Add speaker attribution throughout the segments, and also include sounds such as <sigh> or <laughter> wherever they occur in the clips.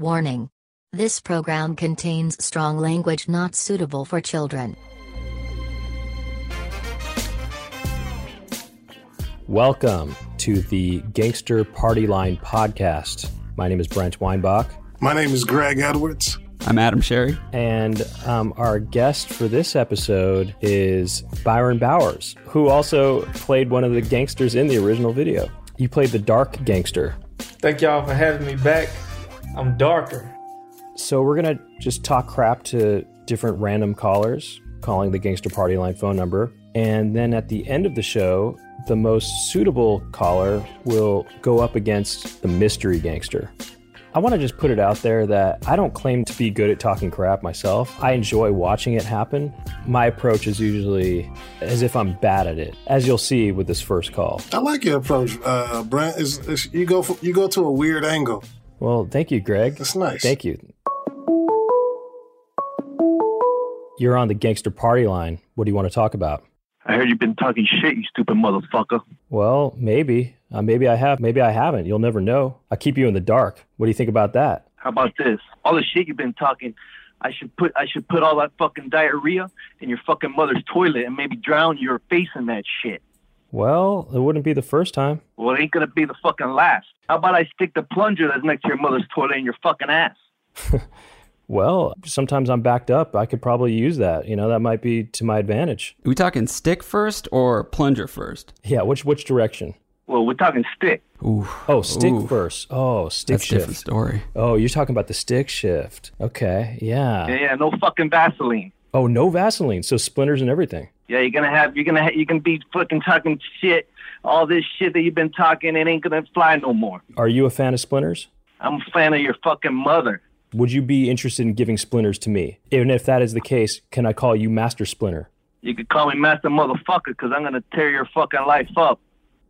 Speaker 1: Warning. This program contains strong language not suitable for children.
Speaker 2: Welcome to the Gangster Party Line podcast. My name is Brent Weinbach,
Speaker 3: My name is Greg Edwards.
Speaker 4: I'm Adam Sherry.
Speaker 2: and um, our guest for this episode is Byron Bowers, who also played one of the gangsters in the original video. You played the dark gangster.
Speaker 5: Thank y'all for having me back. I'm darker.
Speaker 2: So we're gonna just talk crap to different random callers calling the gangster party line phone number, and then at the end of the show, the most suitable caller will go up against the mystery gangster. I want to just put it out there that I don't claim to be good at talking crap myself. I enjoy watching it happen. My approach is usually as if I'm bad at it, as you'll see with this first call.
Speaker 3: I like your approach, uh, Brent. Is you go for, you go to a weird angle.
Speaker 2: Well, thank you, Greg.
Speaker 3: That's nice.
Speaker 2: Thank you. You're on the gangster party line. What do you want to talk about?
Speaker 6: I heard you've been talking shit, you stupid motherfucker.
Speaker 2: Well, maybe. Uh, maybe I have. Maybe I haven't. You'll never know. I keep you in the dark. What do you think about that?
Speaker 6: How about this? All the shit you've been talking, I should put I should put all that fucking diarrhea in your fucking mother's toilet and maybe drown your face in that shit.
Speaker 2: Well, it wouldn't be the first time.
Speaker 6: Well, it ain't gonna be the fucking last. How about I stick the plunger that's next to your mother's toilet in your fucking ass?
Speaker 2: Well, sometimes I'm backed up. I could probably use that. You know, that might be to my advantage.
Speaker 4: Are we talking stick first or plunger first?
Speaker 2: Yeah. Which which direction?
Speaker 6: Well, we're talking stick.
Speaker 4: Ooh.
Speaker 2: Oh, stick
Speaker 4: Ooh,
Speaker 2: first. Oh, stick
Speaker 4: That's a
Speaker 2: shift.
Speaker 4: different story.
Speaker 2: Oh, you're talking about the stick shift. Okay.
Speaker 6: Yeah,
Speaker 2: Yeah.
Speaker 6: yeah, no fucking Vaseline.
Speaker 2: Oh, no Vaseline. So splinters and everything.
Speaker 6: Yeah, you're gonna have you're gonna ha- you're gonna be fucking talking shit. All this shit that you've been talking, it ain't gonna fly no more.
Speaker 2: Are you a fan of splinters?
Speaker 6: I'm a fan of your fucking mother.
Speaker 2: Would you be interested in giving splinters to me? Even if that is the case, can I call you Master Splinter?
Speaker 6: You could call me master motherfucker, cause I'm gonna tear your fucking life up.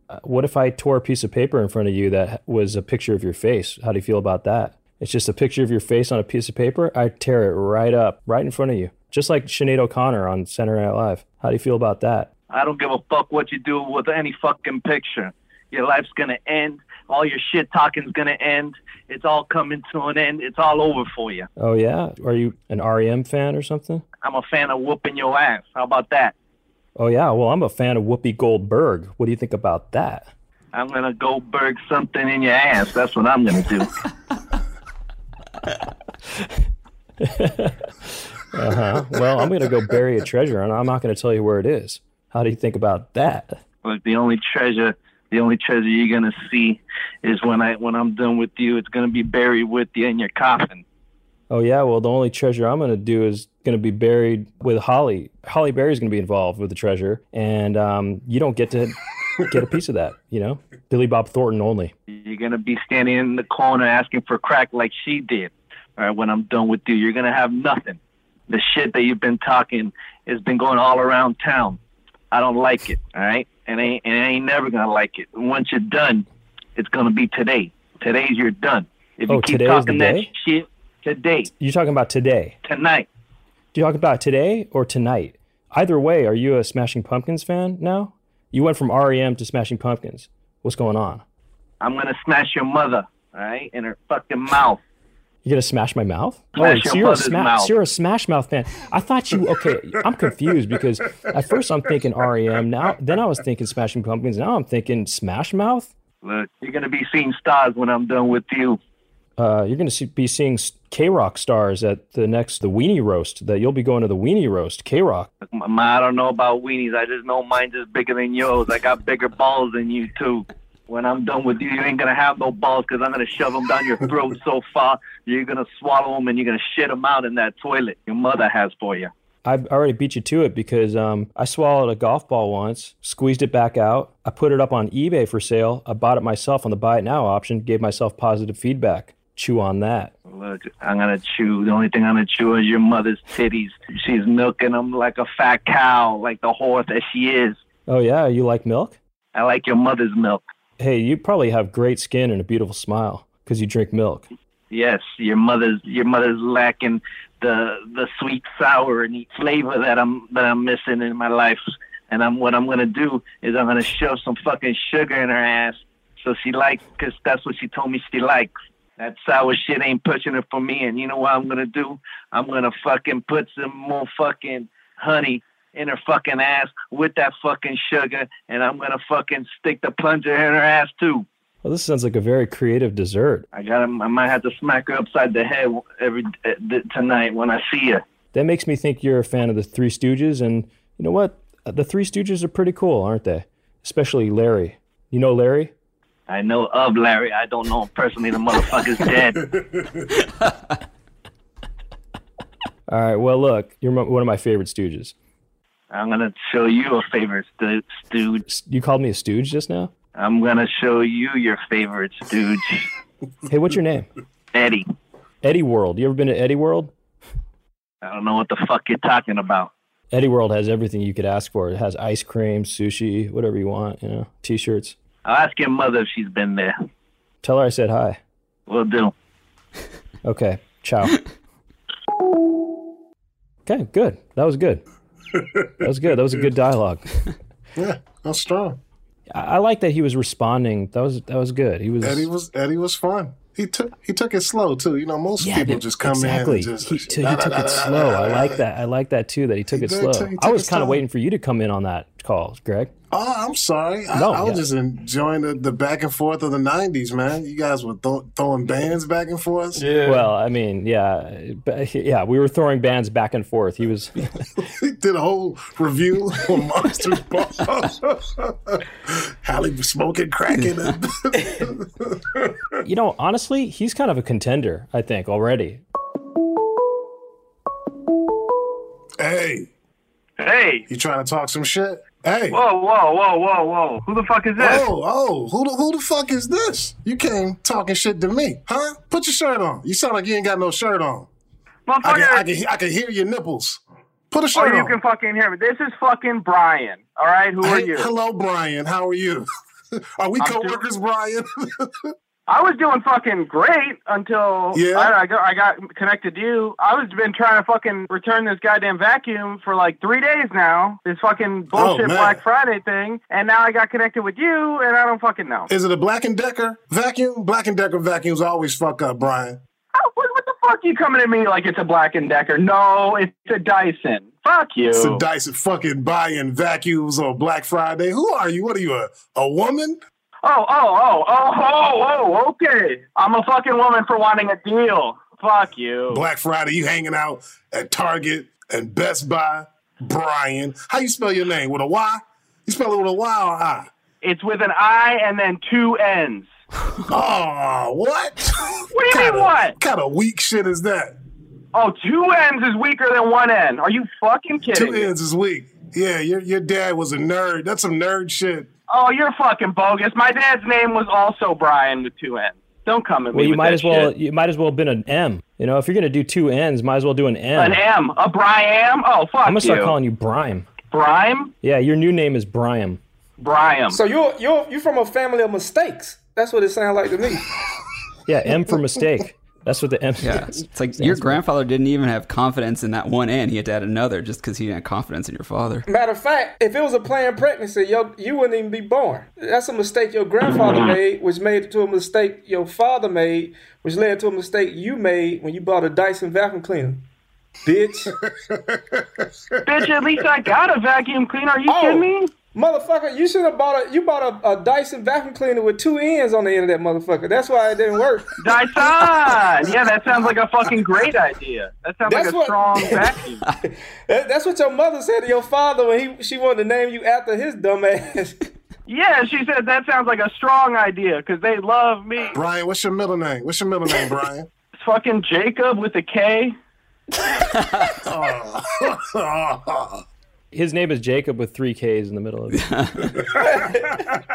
Speaker 2: Uh, What if I tore a piece of paper in front of you that was a picture of your face? How do you feel about that? It's just a picture of your face on a piece of paper. I tear it right up, right in front of you, just like Sinead O'Connor on Saturday Night Live. How do you feel about that?
Speaker 6: I don't give a fuck what you do with any fucking picture. Your life's gonna end. All your shit talking's gonna end. It's all coming to an end. It's all over for you.
Speaker 2: Oh yeah, are you an REM fan or something?
Speaker 6: I'm a fan of whooping your ass. How about that?
Speaker 2: Oh yeah, well I'm a fan of Whoopi Goldberg. What do you think about that?
Speaker 6: I'm gonna go berg something in your ass. That's what I'm gonna do.
Speaker 2: Uh-huh. <laughs> well, I'm gonna go bury a treasure, and I'm not gonna tell you where it is. How do you think about that?
Speaker 6: Look, the only treasure, the only treasure you're gonna see is when I when I'm done with you. It's gonna be buried with you in your coffin.
Speaker 2: Oh yeah, well the only treasure I'm gonna do is gonna be buried with Holly. Holly Berry's gonna be involved with the treasure, and um, you don't get to get a piece of that. You know, Billy Bob Thornton only.
Speaker 6: You're gonna be standing in the corner asking for crack like she did. All right, when I'm done with you, you're gonna have nothing. The shit that you've been talking has been going all around town. I don't like it. All right, and I ain't, and I ain't never gonna like it. And once you're done, it's gonna be today. Today's you're done. If you
Speaker 2: Oh,
Speaker 6: keep
Speaker 2: today is
Speaker 6: talking
Speaker 2: the
Speaker 6: that
Speaker 2: day?
Speaker 6: shit today,
Speaker 2: You're talking about today.
Speaker 6: tonight,
Speaker 2: Do you talk about today or tonight? Either way, are you a Smashing Pumpkins fan now? You went from REM to Smashing Pumpkins. What's going on?
Speaker 6: I'm gonna smash your mother. All right, in her fucking mouth.
Speaker 2: You gonna smash my mouth?
Speaker 6: Smash
Speaker 2: oh,
Speaker 6: your
Speaker 2: so you're a,
Speaker 6: mother's
Speaker 2: sma-
Speaker 6: mouth.
Speaker 2: so you're a Smash Mouth fan. I thought you. Okay, I'm confused because at first I'm thinking REM. Now, then I was thinking Smashing Pumpkins. Now I'm thinking Smash Mouth.
Speaker 6: Look, you're gonna be seeing stars when I'm done with you.
Speaker 2: Uh, you're going to be seeing K Rock stars at the next the Weenie Roast. That you'll be going to the Weenie Roast, K Rock.
Speaker 6: Ma, I don't know about weenies. I just know mine's is bigger than yours. I got bigger balls than you too. When I'm done with you, you ain't gonna have no balls because I'm gonna shove them down your throat so far you're gonna swallow them and you're gonna shit them out in that toilet your mother has for you.
Speaker 2: I've already beat you to it because um, I swallowed a golf ball once, squeezed it back out. I put it up on eBay for sale. I bought it myself on the buy it now option. Gave myself positive feedback. Chew on that.
Speaker 6: Look, I'm gonna chew. The only thing I'm gonna chew is your mother's titties. She's milking them like a fat cow, like the whore that she is.
Speaker 2: Oh yeah, you like milk?
Speaker 6: I like your mother's milk.
Speaker 2: Hey, you probably have great skin and a beautiful smile because you drink milk.
Speaker 6: Yes, your mother's your mother's lacking the the sweet, sour, and flavor that I'm that I'm missing in my life. And I'm what I'm gonna do is I'm gonna shove some fucking sugar in her ass so she likes, 'cause that's what she told me she likes. That sour shit ain't pushing it for me. And you know what I'm gonna do? I'm gonna fucking put some more fucking honey in her fucking ass with that fucking sugar, and I'm gonna fucking stick the plunger in her ass too.
Speaker 2: Well, this sounds like a very creative dessert.
Speaker 6: I got. I might have to smack her upside the head every uh, th- tonight when I see her.
Speaker 2: That makes me think you're a fan of the Three Stooges, and you know what? Uh, The Three Stooges are pretty cool, aren't they? Especially Larry. You know Larry?
Speaker 6: I know of Larry. I don't know him personally. The motherfucker's
Speaker 3: <laughs>
Speaker 6: dead.
Speaker 2: All right. Well, look, you're mo- one of my favorite Stooges.
Speaker 6: I'm gonna show you a favorite stu- stooge.
Speaker 2: S- You called me a Stooge just now.
Speaker 6: I'm gonna show you your favorite stooge,
Speaker 2: Hey, what's your name?
Speaker 6: Eddie.
Speaker 2: Eddie World. You ever been to Eddie World?
Speaker 6: I don't know what the fuck you're talking about.
Speaker 2: Eddie World has everything you could ask for. It has ice cream, sushi, whatever you want. You know, t-shirts.
Speaker 6: I'll ask your mother if she's been there.
Speaker 2: Tell her I said hi.
Speaker 6: Will do.
Speaker 2: Okay. <laughs> Ciao. okay. Good. That was good. That was good. That was a good dialogue.
Speaker 3: Yeah, that's strong.
Speaker 2: I, I like that he was responding. That was that was good. He was.
Speaker 3: Eddie was Eddie was fun. He took he took it slow too. You know, most
Speaker 2: Yeah,
Speaker 3: people
Speaker 2: but-
Speaker 3: just come
Speaker 2: exactly.
Speaker 3: in and just
Speaker 2: he, t- he took it slow. I like that. I like that too. That he took it
Speaker 3: did
Speaker 2: slow.
Speaker 3: take- he
Speaker 2: I
Speaker 3: took
Speaker 2: was
Speaker 3: his
Speaker 2: kind of
Speaker 3: time.
Speaker 2: waiting for you to come in on that call, Greg.
Speaker 3: Oh, I'm sorry. I,
Speaker 2: No,
Speaker 3: I was
Speaker 2: yeah.
Speaker 3: just enjoying the, the back and forth of the '90s, man. You guys were th- throwing bands back and forth.
Speaker 5: Yeah.
Speaker 2: Well, I mean, yeah, but, yeah, we were throwing bands back and forth. He
Speaker 3: <laughs>
Speaker 2: was.
Speaker 3: He <laughs> did a whole review <laughs> on Monsters <laughs> Ball. Hallie was smoking
Speaker 2: <laughs>
Speaker 3: crack in it.
Speaker 2: you know, honestly, he's kind of a contender. I think already.
Speaker 3: <laughs> hey,
Speaker 6: Hey!
Speaker 3: you trying to talk some shit? Hey.
Speaker 6: Whoa, whoa, whoa, whoa, whoa! Who the fuck is this?
Speaker 3: Oh, oh, who the, who the fuck is this? You came talking shit to me, huh? Put your shirt on. You sound like you ain't got no shirt on. I can, I
Speaker 6: Motherfucker!
Speaker 3: can, he- I can hear your nipples. Put a
Speaker 6: Oh,
Speaker 3: shirt
Speaker 6: you
Speaker 3: on.
Speaker 6: can fucking hear me. This is fucking Brian. All right, who are
Speaker 3: Hey,
Speaker 6: you?
Speaker 3: Hello, Brian. How are you? <laughs> Are we
Speaker 6: I'm
Speaker 3: coworkers, workers Brian? <laughs>
Speaker 6: I was doing fucking great until
Speaker 3: Yeah.
Speaker 6: I, I, got, I got connected to you. I was been trying to fucking return this goddamn vacuum for like three days now. This fucking bullshit
Speaker 3: Oh, man.
Speaker 6: Black Friday thing, and now I got connected with you, and I don't fucking know.
Speaker 3: Is it a Black and Decker vacuum? Black and Decker vacuums always fuck up, Brian.
Speaker 6: Oh, what, what the fuck you coming at me like it's a Black and Decker? No, it's a Dyson. Fuck you.
Speaker 3: It's a Dyson fucking buying vacuums on Black Friday. Who are you? What are you, a, a woman?
Speaker 6: oh, oh, oh, oh, oh, oh. Okay, I'm a fucking woman for wanting a deal. Fuck you.
Speaker 3: Black Friday, you hanging out at Target and Best Buy. Brian. How you spell your name? With a Y? You spell it with a Y or I?
Speaker 6: It's with an I and then two N's.
Speaker 3: Oh, what? <laughs>
Speaker 6: What do you mean what?
Speaker 3: kind of weak shit is that?
Speaker 6: Oh, two N's is weaker than one N. Are you fucking kidding?
Speaker 3: Two
Speaker 6: me?
Speaker 3: ends is weak. Yeah, your your dad was a nerd. That's some nerd shit.
Speaker 6: Oh, you're fucking bogus. My dad's name was also Brian with two N's. Don't come at me.
Speaker 2: Well, you
Speaker 6: with
Speaker 2: might
Speaker 6: that
Speaker 2: as well.
Speaker 6: shit.
Speaker 2: You might as well have been an M. You know, if you're gonna do two N's, might as well do an M.
Speaker 6: An M, a Brian. Oh, fuck
Speaker 2: I'm gonna start
Speaker 6: you.
Speaker 2: calling you Brime.
Speaker 6: Brime,
Speaker 2: Yeah, your new name is Brime.
Speaker 6: Brian.
Speaker 5: So you're you're you from a family of mistakes. That's what it sounds like to me.
Speaker 2: Yeah, M for mistake. That's what the M.
Speaker 4: Yeah,
Speaker 2: is.
Speaker 4: it's like your grandfather didn't even have confidence in that one end. He had to add another just because he didn't have confidence in your father.
Speaker 5: Matter of fact, if it was a planned pregnancy, yo, you wouldn't even be born. That's a mistake your grandfather made, which made it to a mistake your father made, which led to a mistake you made when you bought a Dyson vacuum cleaner. Bitch.
Speaker 6: Bitch, at least I got a vacuum cleaner. Are you
Speaker 5: Oh.
Speaker 6: kidding me?
Speaker 5: motherfucker, you should have bought a you bought a, a Dyson vacuum cleaner with two ends on the end of that motherfucker. That's why it didn't work.
Speaker 6: Dyson. yeah, that sounds like a fucking great idea. That sounds
Speaker 5: That's
Speaker 6: like a
Speaker 5: what-
Speaker 6: strong vacuum.
Speaker 5: That- that's what your mother said to your father when he she wanted to name you after his dumb ass. <laughs>
Speaker 6: yeah, she said that sounds like a strong idea because they love me.
Speaker 3: Brian, what's your middle name? What's your middle name,
Speaker 6: <laughs>
Speaker 3: Brian?
Speaker 6: It's fucking Jacob with a K.
Speaker 2: His name is Jacob with three K's in the middle of it.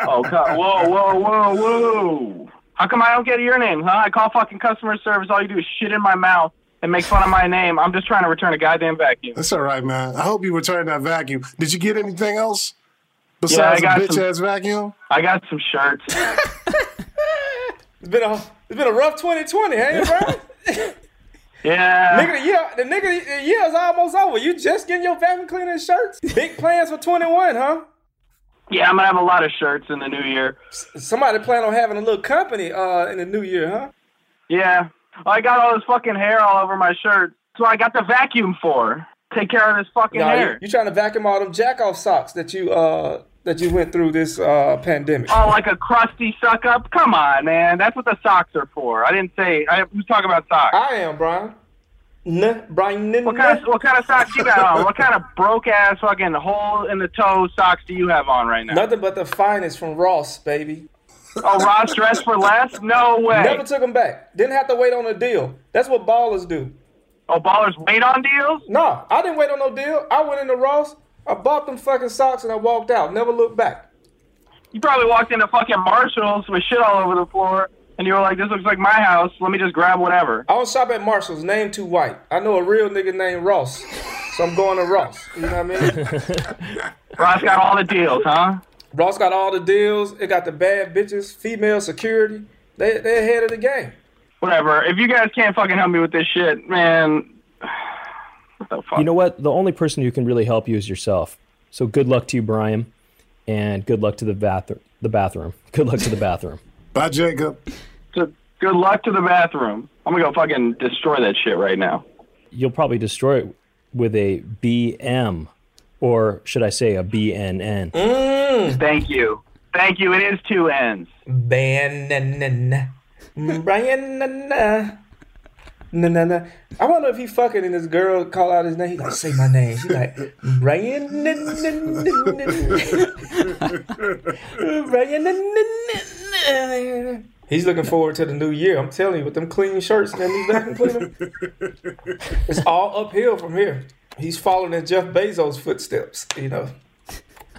Speaker 6: Oh, God. whoa, whoa, whoa, whoa. How come I don't get your name, huh? I call fucking customer service. All you do is shit in my mouth and make fun of my name. I'm just trying to return a goddamn vacuum.
Speaker 3: That's all right, man. I hope you returned that vacuum. Did you get anything else
Speaker 6: Yeah, I
Speaker 3: besides
Speaker 6: got
Speaker 3: a bitch
Speaker 6: some-
Speaker 3: ass vacuum?
Speaker 6: I got some
Speaker 5: <laughs>
Speaker 6: shirts.
Speaker 5: It's been a it's been a rough 2020, ain't it,
Speaker 6: <laughs>
Speaker 5: bro?
Speaker 6: Yeah.
Speaker 5: nigga, the year the nigga the year is almost over. You just getting your vacuum cleaner and shirts? Big plans for 21, huh?
Speaker 6: Yeah, I'm going to have a lot of shirts in the new year.
Speaker 5: Somebody plan on having a little company uh in the new year, huh?
Speaker 6: Yeah. Oh, I got all this fucking hair all over my shirt. So I got the vacuum for. Take care of this fucking
Speaker 5: Nah, you,
Speaker 6: hair.
Speaker 5: you trying to vacuum all them jack off socks that you uh that you went through this uh pandemic.
Speaker 6: Oh, like a crusty suck up? Come on, man. That's what the socks are for. I didn't say. I, who's talking about socks?
Speaker 5: I am Brian. Nah, Brian. nah,
Speaker 6: What kind of what kind of socks you got on? What kind of broke ass fucking hole in the toe socks do you have on right now?
Speaker 5: Nothing but the finest from Ross, baby.
Speaker 6: Oh, Ross dress for less? No way.
Speaker 5: Never took them back. Didn't have to wait on a deal. That's what ballers do.
Speaker 6: oh, ballers wait on deals?
Speaker 5: No, I didn't wait on no deal. I went into Ross. I bought them fucking socks and I walked out. Never looked back.
Speaker 6: You probably walked into fucking Marshalls with shit all over the floor, and you were like, "This looks like my house. Let me just grab whatever."
Speaker 5: I don't shop at Marshalls. Name too white. I know a real nigga named Ross, so I'm going to Ross. You know what I mean?
Speaker 6: Ross got all the deals, huh?
Speaker 5: Ross got all the deals. It got the bad bitches, female security. They they ahead of the game.
Speaker 6: Whatever. If you guys can't fucking help me with this shit, man. <sighs> What the fuck?
Speaker 2: You know what? The only person who can really help you is yourself. So good luck to you, Brian, and good luck to the bathroom. The bathroom. Good luck to the bathroom.
Speaker 3: Bye, Jacob.
Speaker 6: So, good luck to the bathroom. I'm gonna go fucking destroy that shit right now.
Speaker 2: You'll probably destroy it with a BM, or should I say a BNN?
Speaker 6: Thank you. Thank you. It is two ends.
Speaker 5: Banana. Banana. Na, na, na. I wonder if he fucking and this girl call out his name. He like say my name. She like Ryan. <laughs> Ryan. He's looking forward to the new year. I'm telling you, with them clean shirts and these vacuum cleaner, it's all uphill from here. He's following in Jeff Bezos' footsteps. You know,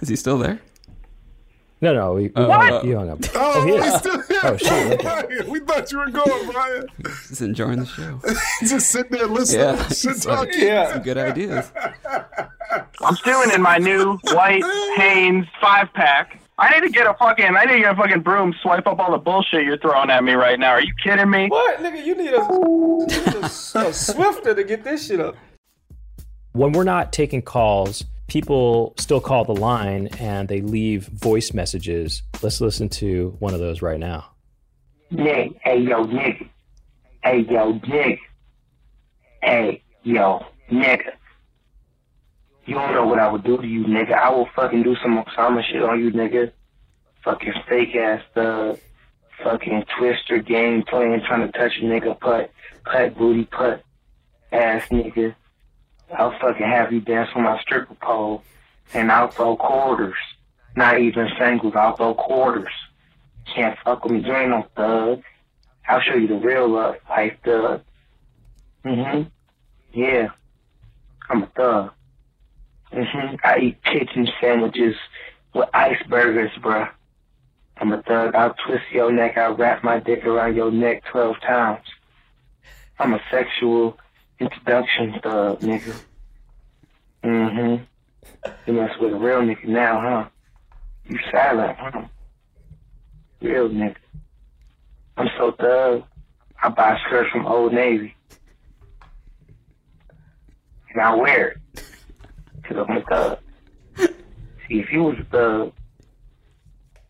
Speaker 4: Is he still there?
Speaker 2: No, no, we,
Speaker 4: What?
Speaker 2: you hung up.
Speaker 3: Oh,
Speaker 2: he is.
Speaker 3: he's still here.
Speaker 2: Oh, shit,
Speaker 3: Brian, <laughs> we thought you were going, Brian.
Speaker 4: He's enjoying the show.
Speaker 3: <laughs> Just <laughs> sit there listening.
Speaker 4: Yeah,
Speaker 3: Yeah, shit
Speaker 4: he's like-
Speaker 3: talking.
Speaker 5: yeah.
Speaker 4: Some good ideas.
Speaker 6: I'm stewing in my new white Hanes five pack. I need to get a fucking. I need to get a fucking broom. Swipe up all the bullshit you're throwing at me right now. Are you kidding me?
Speaker 5: What, nigga? You need a, you need a, a swifter to get this shit up.
Speaker 2: When we're not taking calls, people still call the line and they leave voice messages. Let's listen to one of those right now.
Speaker 7: Nick, hey yo, Nick. Hey yo, Nick. Hey yo, nigga. You don't know what I would do to you, nigga. I will fucking do some Osama shit on you, nigga. Fucking fake ass thug. Fucking twister game playing, trying to touch a nigga putt, putt booty putt, ass nigga. I'll fucking have you dance on my stripper pole, and I'll throw quarters. Not even singles, I'll throw quarters can't fuck with me. You ain't no thug. I'll show you the real love, like thug. Mhm. Yeah, I'm a thug. Mhm. I eat chicken sandwiches with ice burgers, bruh. I'm a thug. I'll twist your neck. I'll wrap my dick around your neck twelve times. I'm a sexual introduction thug, nigga. Mhm. You mess with a real nigga now, huh? You silent, huh? real nigga. I'm so thug. I buy skirts from Old Navy. And I wear it. Because I'm a thug. See, if you was a thug,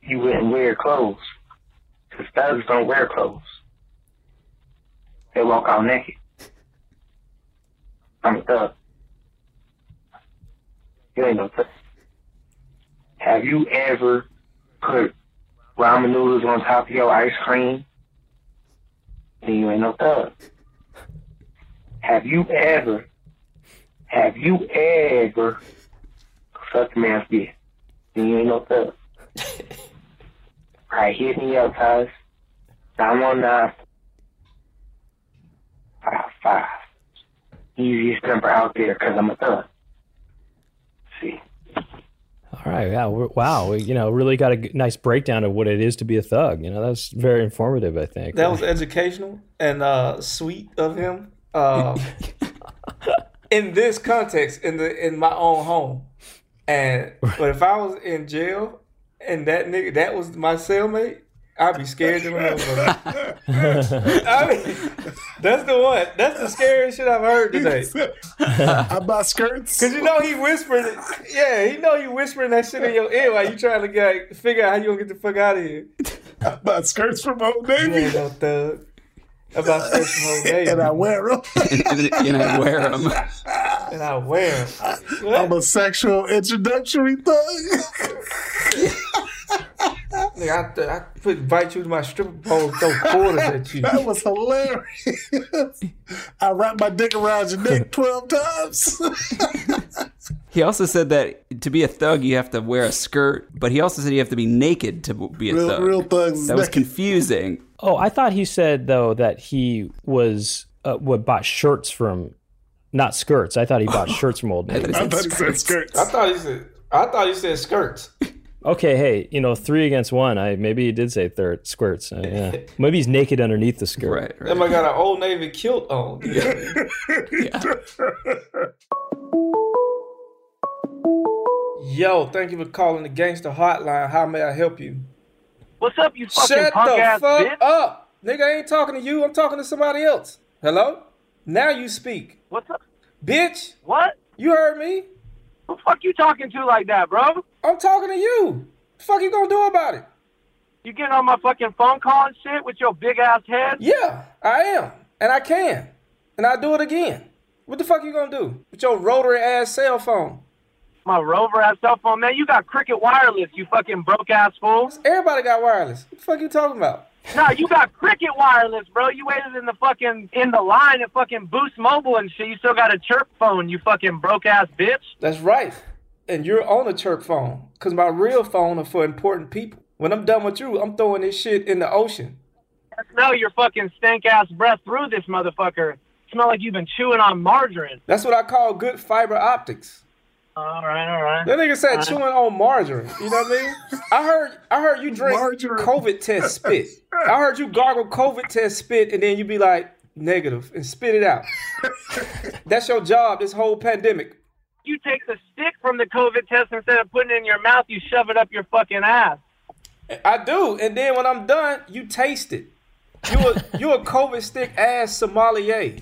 Speaker 7: you wouldn't wear clothes. Because thugs don't wear clothes. They walk out naked. I'm a thug. You ain't no thug. Have you ever put ramen noodles on top of your ice cream, then you ain't no thug. Have you ever, have you ever fucked a man's dick? Then you ain't no thug. All right, hit me up, guys. 919 55. Easiest number out there because I'm a thug. See?
Speaker 2: All right, yeah, we're, wow, we, you know, really got a g- nice breakdown of what it is to be a thug. You know, that's very informative. I think
Speaker 5: That was educational and uh, sweet of him. Uh, in this context, in the in my own home, and but if I was in jail and that nigga that was my cellmate, I'd be scared to hell. brother. I mean, that's the one. That's the scariest shit I've heard today.
Speaker 3: <laughs> I buy skirts.
Speaker 5: Cause you know he whispering, it. yeah, he know you whispering that shit in your ear while you trying to get figure out how you gonna get the fuck out of here.
Speaker 3: I buy skirts from Old
Speaker 5: You ain't
Speaker 3: Navy.
Speaker 5: no thug. about Station
Speaker 3: <laughs>
Speaker 5: Hold
Speaker 3: and I
Speaker 5: Daisy,
Speaker 3: wear them.
Speaker 4: and, and I wear them.
Speaker 5: and I wear 'em.
Speaker 3: I'm a sexual introductory thug. <laughs>
Speaker 5: Nigga, I, th- I put invite you to my stripper pole, throw quarters at you.
Speaker 3: That was hilarious. <laughs> I wrapped my dick around your neck 12 times. <laughs>
Speaker 4: He also said that to be a thug, you have to wear a skirt, but he also said you have to be naked to be a
Speaker 3: real,
Speaker 4: thug.
Speaker 3: real thugs. is
Speaker 4: that was
Speaker 3: naked.
Speaker 4: confusing.
Speaker 2: Oh, I thought he said though that he was uh, what bought shirts from, not skirts. I thought he
Speaker 5: <laughs>
Speaker 2: bought shirts from Old Navy.
Speaker 3: <laughs> I thought he said skirts. <laughs>
Speaker 5: I thought you said, I thought you said skirts.
Speaker 2: Okay, hey, you know, three against one. I maybe he did say third squirts. Uh,
Speaker 5: <laughs>
Speaker 2: yeah, maybe he's naked underneath the skirt.
Speaker 4: Right, right.
Speaker 5: Then I got an old navy kilt on. Yo, thank you for calling the gangster hotline. How may I help you?
Speaker 6: What's up, you fucking
Speaker 5: Shut
Speaker 6: punk
Speaker 5: the
Speaker 6: ass
Speaker 5: fuck
Speaker 6: bitch?
Speaker 5: up, nigga. I ain't talking to you. I'm talking to somebody else. Hello. Now you speak,
Speaker 6: What's up?
Speaker 5: bitch.
Speaker 6: What?
Speaker 5: You heard me.
Speaker 6: Who the fuck you talking to like that, bro?
Speaker 5: I'm talking to you. fuck you gonna do about it?
Speaker 6: You getting on my fucking phone call and shit with your big ass head?
Speaker 5: Yeah, I am, and I can, and I do it again. What the fuck you gonna do with your rotary ass cell phone?
Speaker 6: My rover ass cell phone, man. You got cricket wireless, you fucking broke ass fool.
Speaker 5: Everybody got wireless. What the fuck you talking about?
Speaker 6: Nah, you got cricket wireless, bro. You waited in the fucking in the line at fucking Boost Mobile and shit. You still got a chirp phone, you fucking broke ass bitch.
Speaker 5: That's right. And you're on a chirp phone, cause my real phone are for important people. When I'm done with you, I'm throwing this shit in the ocean.
Speaker 6: Smell your fucking stank ass breath through this motherfucker. Smell like you've been chewing on margarine.
Speaker 5: That's what I call good fiber optics.
Speaker 6: All right, all right.
Speaker 5: That nigga said chewing on margarine. You know what I mean? I heard I heard you drink
Speaker 3: Margarine.
Speaker 5: COVID test spit. I heard you gargle COVID test spit and then you be like negative and spit it out. That's your job this whole pandemic.
Speaker 6: You take the stick from the COVID test instead of putting it in your mouth, you shove it up your fucking ass.
Speaker 5: I do, and then when I'm done, you taste it. You a you a COVID stick ass sommelier.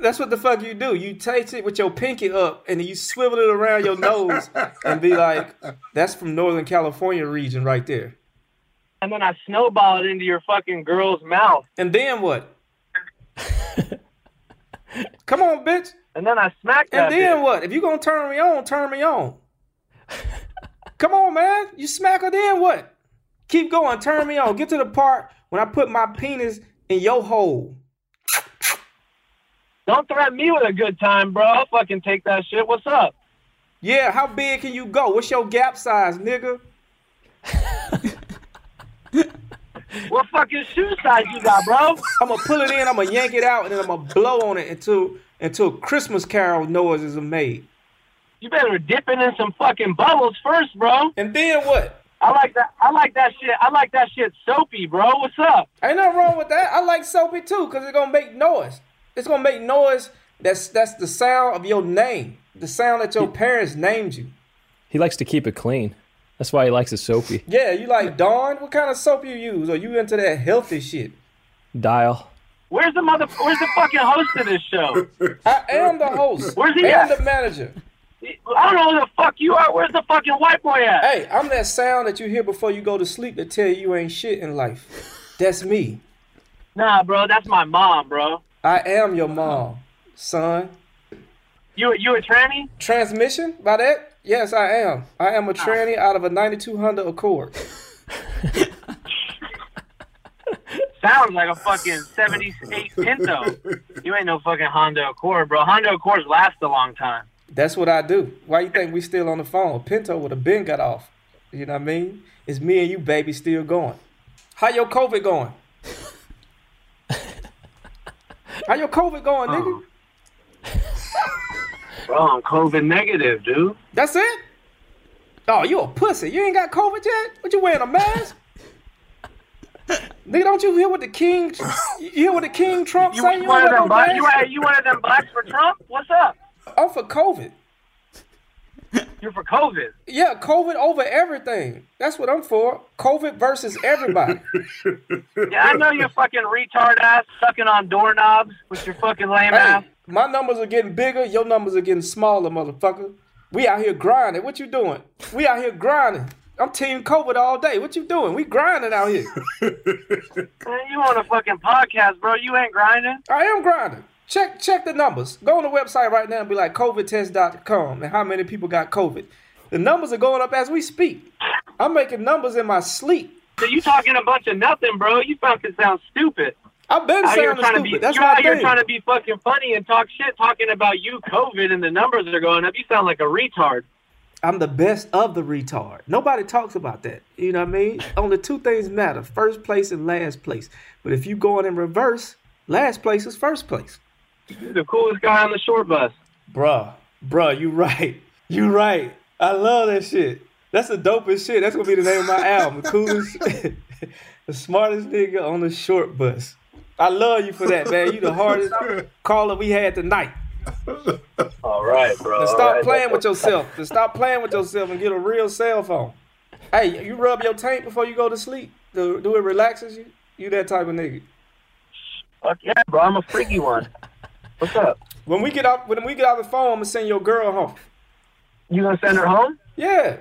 Speaker 5: That's what the fuck you do. You taste it with your pinky up, and then you swivel it around your nose and be like, "That's from Northern California region right there."
Speaker 6: And then I snowball it into your fucking girl's mouth.
Speaker 5: And then what? Come on, bitch.
Speaker 6: And then I smack that
Speaker 5: And then
Speaker 6: bitch.
Speaker 5: what? If you gonna turn me on, turn me on. Come on, man. You smack her, then what? Keep going, turn me on. Get to the part when I put my penis in your hole.
Speaker 6: Don't threaten me with a good time, bro. I'll fucking take that shit. What's up?
Speaker 5: Yeah, how big can you go? What's your gap size, nigga?
Speaker 6: What fucking shoe size you got, bro?
Speaker 5: I'ma pull it in, I'ma yank it out, and then I'ma blow on it until until Christmas carol noises are made.
Speaker 6: You better dip it in some fucking bubbles first, bro.
Speaker 5: And then what?
Speaker 6: I like that. I like that shit. I like that shit soapy, bro. What's up?
Speaker 5: Ain't nothing wrong with that. I like soapy too, cause it's gonna make noise. It's gonna make noise. That's that's the sound of your name, the sound that your parents named you.
Speaker 2: He likes to keep it clean. That's why he likes it soapy.
Speaker 5: Yeah, you like Dawn? What kind of soap you use? Are you into that healthy shit?
Speaker 2: Dial.
Speaker 6: Where's the mother? Where's the fucking host of this show?
Speaker 5: I am the host.
Speaker 6: Where's he
Speaker 5: and
Speaker 6: at?
Speaker 5: the manager.
Speaker 6: I don't know who the fuck you are. Where's the fucking white boy at?
Speaker 5: Hey, I'm that sound that you hear before you go to sleep that tell you you ain't shit in life. That's me.
Speaker 6: Nah, bro. That's my mom, bro.
Speaker 5: I am your mom, son.
Speaker 6: You you a tranny?
Speaker 5: Transmission? By that? Yes, I am. I am a tranny out of a 92 Honda Accord.
Speaker 6: Sounds like a fucking 78 Pinto. You ain't no fucking Honda Accord, bro. Honda Accords last a long time.
Speaker 5: That's what I do. Why you think we still on the phone? Pinto would have been got off. You know what I mean? It's me and you, baby, still going. How your COVID going?
Speaker 6: <laughs>
Speaker 5: How your COVID going, nigga?
Speaker 6: Um. Bro, I'm COVID negative, dude.
Speaker 5: That's it? Oh, you a pussy. You ain't got COVID yet? What you wearing a mask? nigga, don't you hear what the king you hear what the king Trump
Speaker 6: You
Speaker 5: saying?
Speaker 6: one of them blacks?
Speaker 5: black?
Speaker 6: You, hey, you one of them blacks for Trump? What's up?
Speaker 5: I'm for COVID.
Speaker 6: You're for COVID.
Speaker 5: Yeah, COVID over everything. That's what I'm for. COVID versus everybody.
Speaker 6: Yeah, I know you fucking retard ass sucking on doorknobs with your fucking lame ass.
Speaker 5: Hey, my numbers are getting bigger. Your numbers are getting smaller, motherfucker. We out here grinding. What you doing? We out here grinding. I'm team COVID all day. What you doing? We grinding out
Speaker 6: <laughs>
Speaker 5: here.
Speaker 6: Man, you on a fucking podcast, bro? You ain't grinding.
Speaker 5: I am grinding. Check check the numbers. Go on the website right now and be like covidtest.com and how many people got COVID. The numbers are going up as we speak. I'm making numbers in my sleep.
Speaker 6: So you talking a bunch of nothing, bro? You fucking sound stupid.
Speaker 5: I've been
Speaker 6: Out here
Speaker 5: sounding
Speaker 6: trying to
Speaker 5: stupid.
Speaker 6: be,
Speaker 5: That's
Speaker 6: you're
Speaker 5: my
Speaker 6: out here
Speaker 5: thing.
Speaker 6: trying to be fucking funny and talk shit, talking about you COVID and the numbers are going up. You sound like a retard.
Speaker 5: I'm the best of the retard. Nobody talks about that. You know what I mean? Only two things matter: first place and last place. But if you going in reverse, last place is first place.
Speaker 6: You're the coolest guy on the short bus.
Speaker 5: Bruh, bruh, you right. You right. I love that shit. That's the dopest shit. That's gonna be the name of <laughs> my album. The coolest <laughs> the smartest nigga on the short bus. I love you for that, man. You the <laughs> hardest caller we had tonight.
Speaker 6: All right, bro.
Speaker 5: And stop playing with yourself. And stop playing with yourself and get a real cell phone. Hey, you rub your tank before you go to sleep. Do, do it relaxes you? You that type of nigga.
Speaker 6: Fuck yeah, bro. I'm a freaky <laughs> one. What's up?
Speaker 5: When we get out when we get out the phone, I'm gonna send your girl home.
Speaker 6: You gonna send her home?
Speaker 5: Yeah.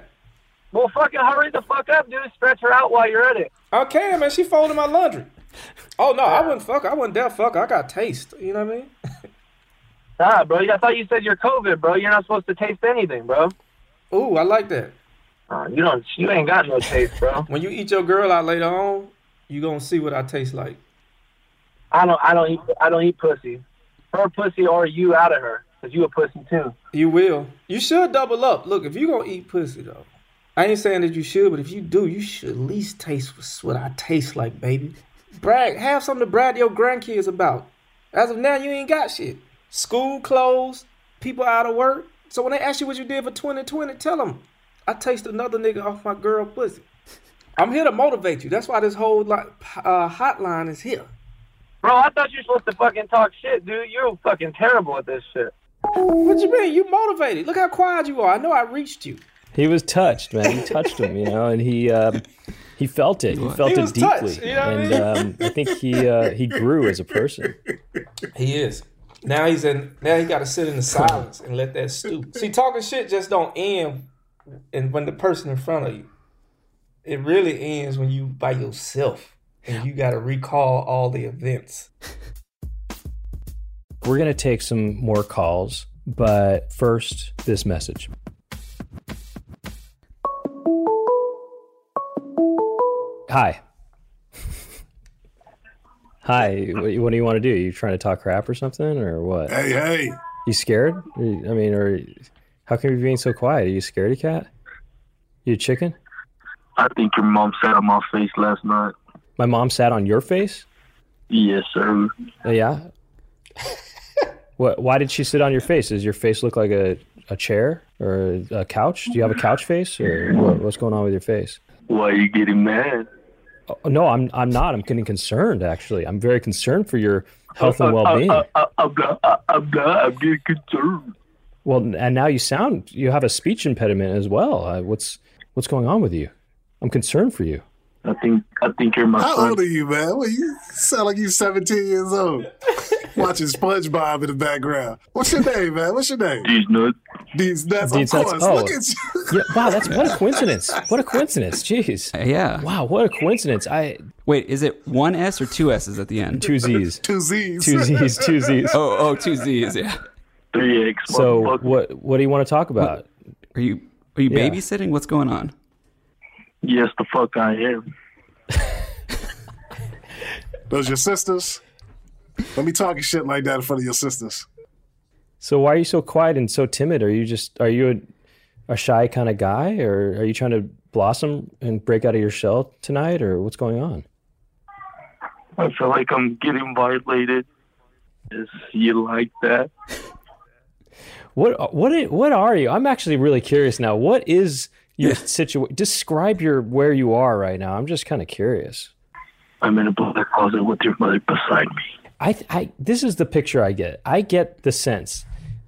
Speaker 6: Well, fucking hurry the fuck up, dude. Stretch her out while you're at it.
Speaker 5: I can, man. She folded my laundry. Oh no, I wouldn't fuck. her. I wouldn't dare fuck. her. I got taste. You know what I mean?
Speaker 6: Nah, bro. I thought you said you're COVID, bro. You're not supposed to taste anything, bro.
Speaker 5: Ooh, I like that.
Speaker 6: Uh, you don't. You ain't got no taste, bro.
Speaker 5: When you eat your girl out later on, you gonna see what I taste like.
Speaker 6: I don't. I don't eat. I don't eat pussy. Her pussy or you out of her, cause you a pussy too.
Speaker 5: You will. You should double up. Look, if you gonna eat pussy though, I ain't saying that you should, but if you do, you should at least taste what's- what I taste like, baby. Brag. Have something to brag to your grandkids about. As of now, you ain't got shit. School closed. People out of work. So when they ask you what you did for 2020, tell them I taste another nigga off my girl pussy. I'm here to motivate you. That's why this whole like, uh, hotline is here.
Speaker 6: Bro, I thought you were supposed to fucking talk shit, dude. You're fucking terrible at this shit.
Speaker 5: What you mean? You motivated. Look how quiet you are. I know I reached you.
Speaker 2: He was touched, man. He touched him, you know, and he um, he felt it. He felt
Speaker 5: He
Speaker 2: it
Speaker 5: was
Speaker 2: deeply,
Speaker 5: touched, you know what I
Speaker 2: and
Speaker 5: mean?
Speaker 2: um, I think he uh, he grew as a person.
Speaker 5: He is. Now he's in. Now he got to sit in the silence and let that stew. See, talking shit just don't end, and when the person in front of you, it really ends when you by yourself and you got to recall all the events.
Speaker 2: We're gonna take some more calls, but first, this message. Hi. Hi. What, what do you want to do? You trying to talk crap or something, or what?
Speaker 3: Hey, hey.
Speaker 2: You scared? Are you- I mean, or how come you're being so quiet? Are you scaredy cat? You a chicken?
Speaker 6: I think your mom sat on my face last night.
Speaker 2: My mom sat on your face.
Speaker 6: Yes, sir.
Speaker 2: Uh, yeah. what? Why did she sit on your face? Does your face look like a, a chair or a couch? Do you have a couch face, or what, what's going on with your face?
Speaker 6: Why are you getting mad?
Speaker 2: Oh, no, I'm I'm not. I'm getting concerned. Actually, I'm very concerned for your health and well being.
Speaker 6: I'm not. I'm not. I'm getting concerned.
Speaker 2: Well, and now you sound you have a speech impediment as well. Uh, what's what's going on with you? I'm concerned for you.
Speaker 6: I think. I think you're my
Speaker 3: How old are you, man? Well, you sound like you're 17 years old. Watching SpongeBob in the background. What's your name, man? What's your name?
Speaker 6: These nuts.
Speaker 3: These nuts,
Speaker 2: These
Speaker 3: of
Speaker 2: nuts.
Speaker 3: course.
Speaker 2: Oh.
Speaker 3: Look at you. <laughs>
Speaker 2: Yeah, wow, that's what a coincidence. What a coincidence. Jeez.
Speaker 4: Yeah.
Speaker 2: Wow, what a coincidence. I
Speaker 4: Wait, is it one S or two S's at the end?
Speaker 2: two Z's.
Speaker 3: Two Z's.
Speaker 2: Two Z's, two Z's.
Speaker 4: <laughs> Oh, oh, two Z's. Yeah.
Speaker 6: Three X.
Speaker 2: So what what do you want to talk about?
Speaker 4: Are you are you
Speaker 2: Yeah.
Speaker 4: babysitting? What's going on?
Speaker 6: Yes, the fuck I am.
Speaker 3: Those your sisters? Don't be talking shit like that in front of your sisters.
Speaker 2: So why are you so quiet and so timid? Are you just are you a, a shy kind of guy or are you trying to blossom and break out of your shell tonight or what's going on?
Speaker 6: I feel like I'm getting violated. Is you like that?
Speaker 2: What what i- what are you? I'm actually really curious now. What is your situation? Describe your where you are right now. I'm just kind of curious.
Speaker 6: I'm in a black closet with your mother beside me.
Speaker 2: I, I this is the picture I get. I get the sense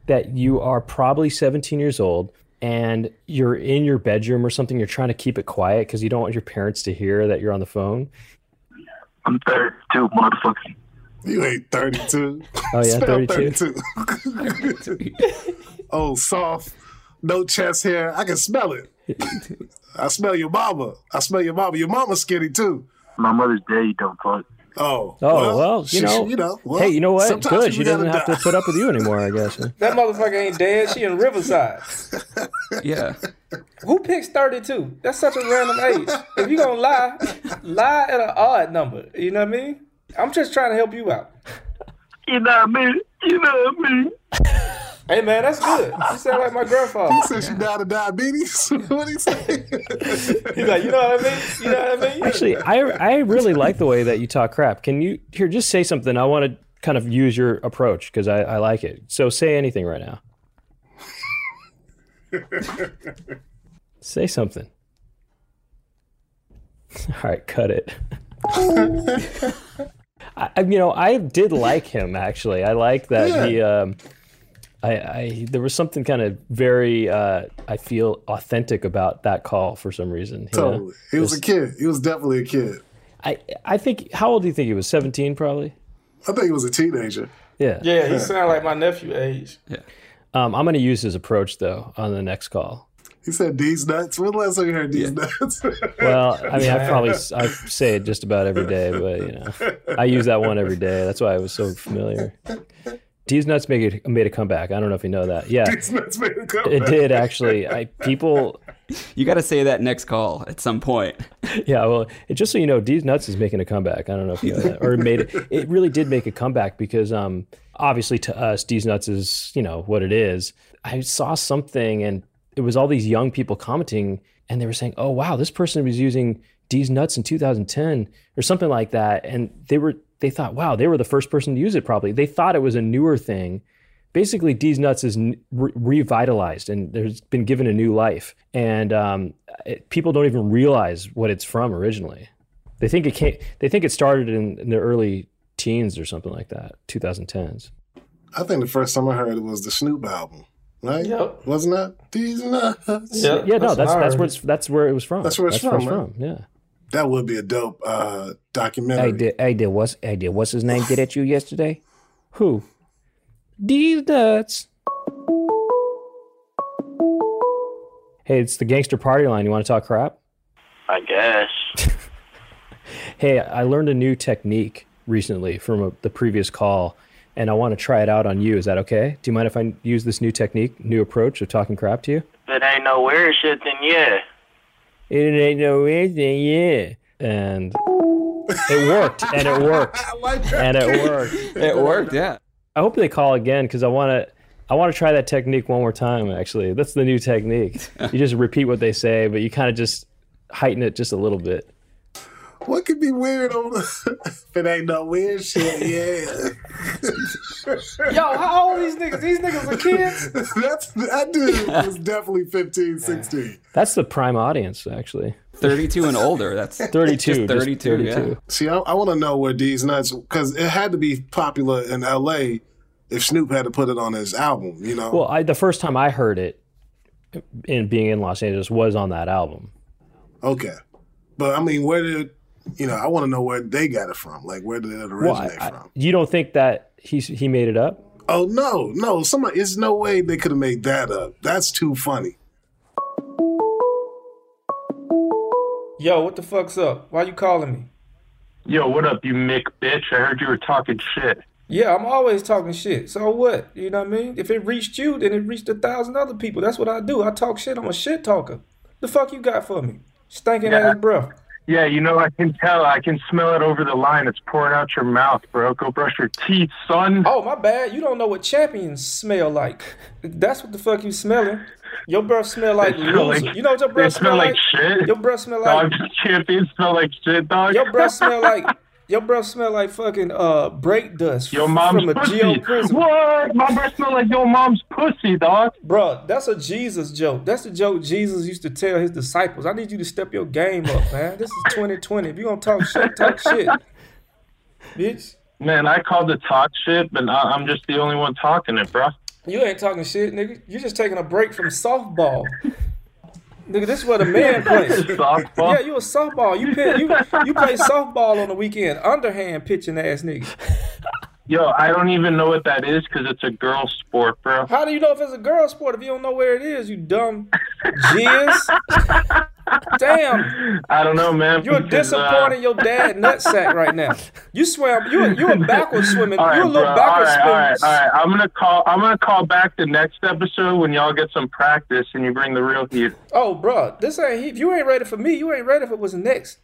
Speaker 2: that you are probably 17 years old and you're in your bedroom or something. You're trying to keep it quiet because you don't want your parents to hear that you're on the phone.
Speaker 6: I'm 32, motherfucker.
Speaker 3: You ain't 32.
Speaker 2: Oh yeah,
Speaker 3: Spell
Speaker 2: 32.
Speaker 3: <laughs>
Speaker 2: <laughs>
Speaker 3: 32. oh, soft. No chest hair. I can smell it. I smell your mama. I smell your mama. Your mama's skinny too.
Speaker 6: My mother's dead, you dumb fuck.
Speaker 3: Oh.
Speaker 2: Oh well, you
Speaker 3: she-
Speaker 2: know.
Speaker 3: you know, well,
Speaker 2: hey, you know what?
Speaker 3: sometimes
Speaker 2: Good. She
Speaker 3: you
Speaker 2: doesn't
Speaker 3: gotta
Speaker 2: have
Speaker 3: die. <laughs>
Speaker 2: to put up with you anymore. I guess. huh?
Speaker 5: That motherfucker ain't dead. She in Riverside.
Speaker 4: Yeah.
Speaker 5: Who picks 32? That's such a random age. If you gonna lie, <laughs> lie at an odd number. You know what I mean? I'm just trying to help you out.
Speaker 6: You know what I mean? You know what I mean?
Speaker 5: Hey man, that's good. You sound like my grandfather.
Speaker 3: He said she died of diabetes. <laughs> what
Speaker 2: <laughs>
Speaker 3: he say?
Speaker 5: He's like, you know what I mean? You know what I mean?
Speaker 2: Actually, I I really like the way that you talk crap. Can you here just say something? I want to kind of use your approach because I, I like it. So say anything right now. say something. <laughs> All right, cut it. I, I- you know, I did like him actually. I like that he. Um, I, I there was something kind of very uh, I feel authentic about that call for some reason. you know?
Speaker 3: totally. He was a kid. He was definitely a kid.
Speaker 2: I I think how old do you think he was? Seventeen, probably.
Speaker 3: I think he was a teenager.
Speaker 2: Yeah.
Speaker 5: Yeah, he sound like my nephew age.
Speaker 2: Um, I'm gonna use his approach though on the next call.
Speaker 3: He said these nuts. When the last time you heard these nuts? <laughs>
Speaker 2: Well, I mean, I probably s- I say it just about every day, but you know, I use that one every day. That's why I was so familiar. D's nuts made it, made a comeback. I don't know if you know that. Yeah,
Speaker 3: these nuts made a
Speaker 2: it
Speaker 3: comeback.
Speaker 2: did actually. I people.
Speaker 4: You got to say that next call at some point.
Speaker 2: <laughs> Yeah, well, it, just so you know, D's Nuts is making a comeback. I don't know if you know that, or it made it. It really did make a comeback because, um, obviously, to us, D's Nuts is you know what it is. I saw something, and it was all these young people commenting, and they were saying, "Oh, wow, this person was using D's Nuts in 2010 or something like that," and they were they thought, "Wow, they were the first person to use it." Probably they thought it was a newer thing, basically D's Nuts is n- re- revitalized and there's been given a new life. And um, it, people don't even realize what it's from originally. They think it came, they think it started in, in the early teens or something like that, 2010s.
Speaker 3: I think the first time I heard it was the Snoop album, right?
Speaker 5: Yep.
Speaker 3: Wasn't that these nuts?
Speaker 2: Yeah, no, that's
Speaker 5: what I
Speaker 2: that's
Speaker 5: heard.
Speaker 2: where it's, that's where it was from.
Speaker 3: That's where it's
Speaker 2: where
Speaker 3: from, right?
Speaker 2: Yeah.
Speaker 3: That would be a dope uh, documentary.
Speaker 8: Hey, did, hey, did what's hey, did what's his name get at you yesterday?
Speaker 2: Who? These nuts. Hey, it's the gangster party line. You want to talk crap?
Speaker 6: I guess.
Speaker 2: hey, I learned a new technique recently from a, the previous call, and I want to try it out on you. Is that okay? Do you mind if I use this new technique, new approach of talking crap to you?
Speaker 6: If it ain't no weird shit, then yeah.
Speaker 2: It ain't no easy, yeah. And it worked, and it <laughs> worked, and it worked.
Speaker 4: It worked, yeah.
Speaker 2: I hope they call again because I want to. I want to try that technique one more time. Actually, that's the new <laughs> technique. You just repeat what they say, but you kind of just heighten it just a little bit.
Speaker 3: <laughs> What could be weird on <laughs> if it ain't no weird shit? Yeah, <laughs>
Speaker 5: Yo, how old these niggas? These niggas are kids.
Speaker 3: <laughs> that's that dude was definitely 15, 16.
Speaker 2: That's the prime audience, actually.
Speaker 4: 32 and older. <laughs> That's
Speaker 2: 32,
Speaker 4: Just
Speaker 2: just
Speaker 4: 32, yeah.
Speaker 2: 32.
Speaker 3: See, I, I want to know where these nuts because it had to be popular in L.A. if Snoop had to put it on his album. You know,
Speaker 2: Well, I, the first time I heard it in being in Los Angeles was on that album.
Speaker 3: okay, but I mean, where did you know? I want to know where they got it from. Like, where did it originate
Speaker 2: Well, I- I-
Speaker 3: from?
Speaker 2: you don't think that he he made it up?
Speaker 3: Oh no, no, somebody. It's no way they could have made that up. That's too funny.
Speaker 5: <laughs> Yo, what the fuck's up? Why you calling me?
Speaker 6: Yo, what up, you Mick bitch? I heard you were talking shit.
Speaker 5: Yeah, I'm always talking shit. So what? You know what I mean? If it reached you, then it reached a thousand other people. That's what I do. I talk shit. I'm a shit talker. The fuck you got for me? Stinking ass breath.
Speaker 6: Yeah, you know, I can tell. I can smell it over the line. It's pouring out your mouth, bro. Go brush your teeth, son.
Speaker 5: Oh my bad. You don't know what champions smell like. That's what the fuck you smelling. Your breath smell like
Speaker 6: They smell
Speaker 5: loser.
Speaker 6: like-
Speaker 5: You know what your
Speaker 6: They
Speaker 5: breath
Speaker 6: smell like shit.
Speaker 5: Your breath smell like
Speaker 6: Dog, champions smell like shit, dog.
Speaker 5: Your breath smell like your breath smell like fucking uh brake dust
Speaker 6: Your mom's
Speaker 5: from a
Speaker 6: pussy.
Speaker 5: geo prison.
Speaker 6: What? My breath smell like your mom's pussy, dog.
Speaker 5: Bro, that's a Jesus joke. That's the joke Jesus used to tell his disciples. I need you to step your game up, man. This is 2020. If you gonna talk shit, talk shit. Bitch,
Speaker 6: Man, I called the talk shit, but I- I'm just the only one talking it, <laughs> bro.
Speaker 5: you ain't talking shit, nigga. You just taking a break from softball. nigga, this is where the man <laughs> plays.
Speaker 6: Softball.
Speaker 5: Yeah, you a softball. You pit, you you play softball on the weekend. Underhand pitching ass nigga.
Speaker 6: Yo, I don't even know what that is because it's a girl sport, bro.
Speaker 5: How do you know if it's a girl sport if you don't know where it is, you dumb jizz? Damn,
Speaker 6: I don't know, man.
Speaker 5: you're
Speaker 6: because, uh,
Speaker 5: disappointing your dad nutsack right now. You swam, you you a backward swimming,
Speaker 6: All right,
Speaker 5: you a little
Speaker 6: bro. All
Speaker 5: backward
Speaker 6: right, all right, all
Speaker 5: swimmer.
Speaker 6: right. I'm gonna call. I'm gonna call back the next episode when y'all get some practice and you bring the real heat.
Speaker 5: Oh, bro, this ain't he. If you ain't ready for me, you ain't ready for what's next.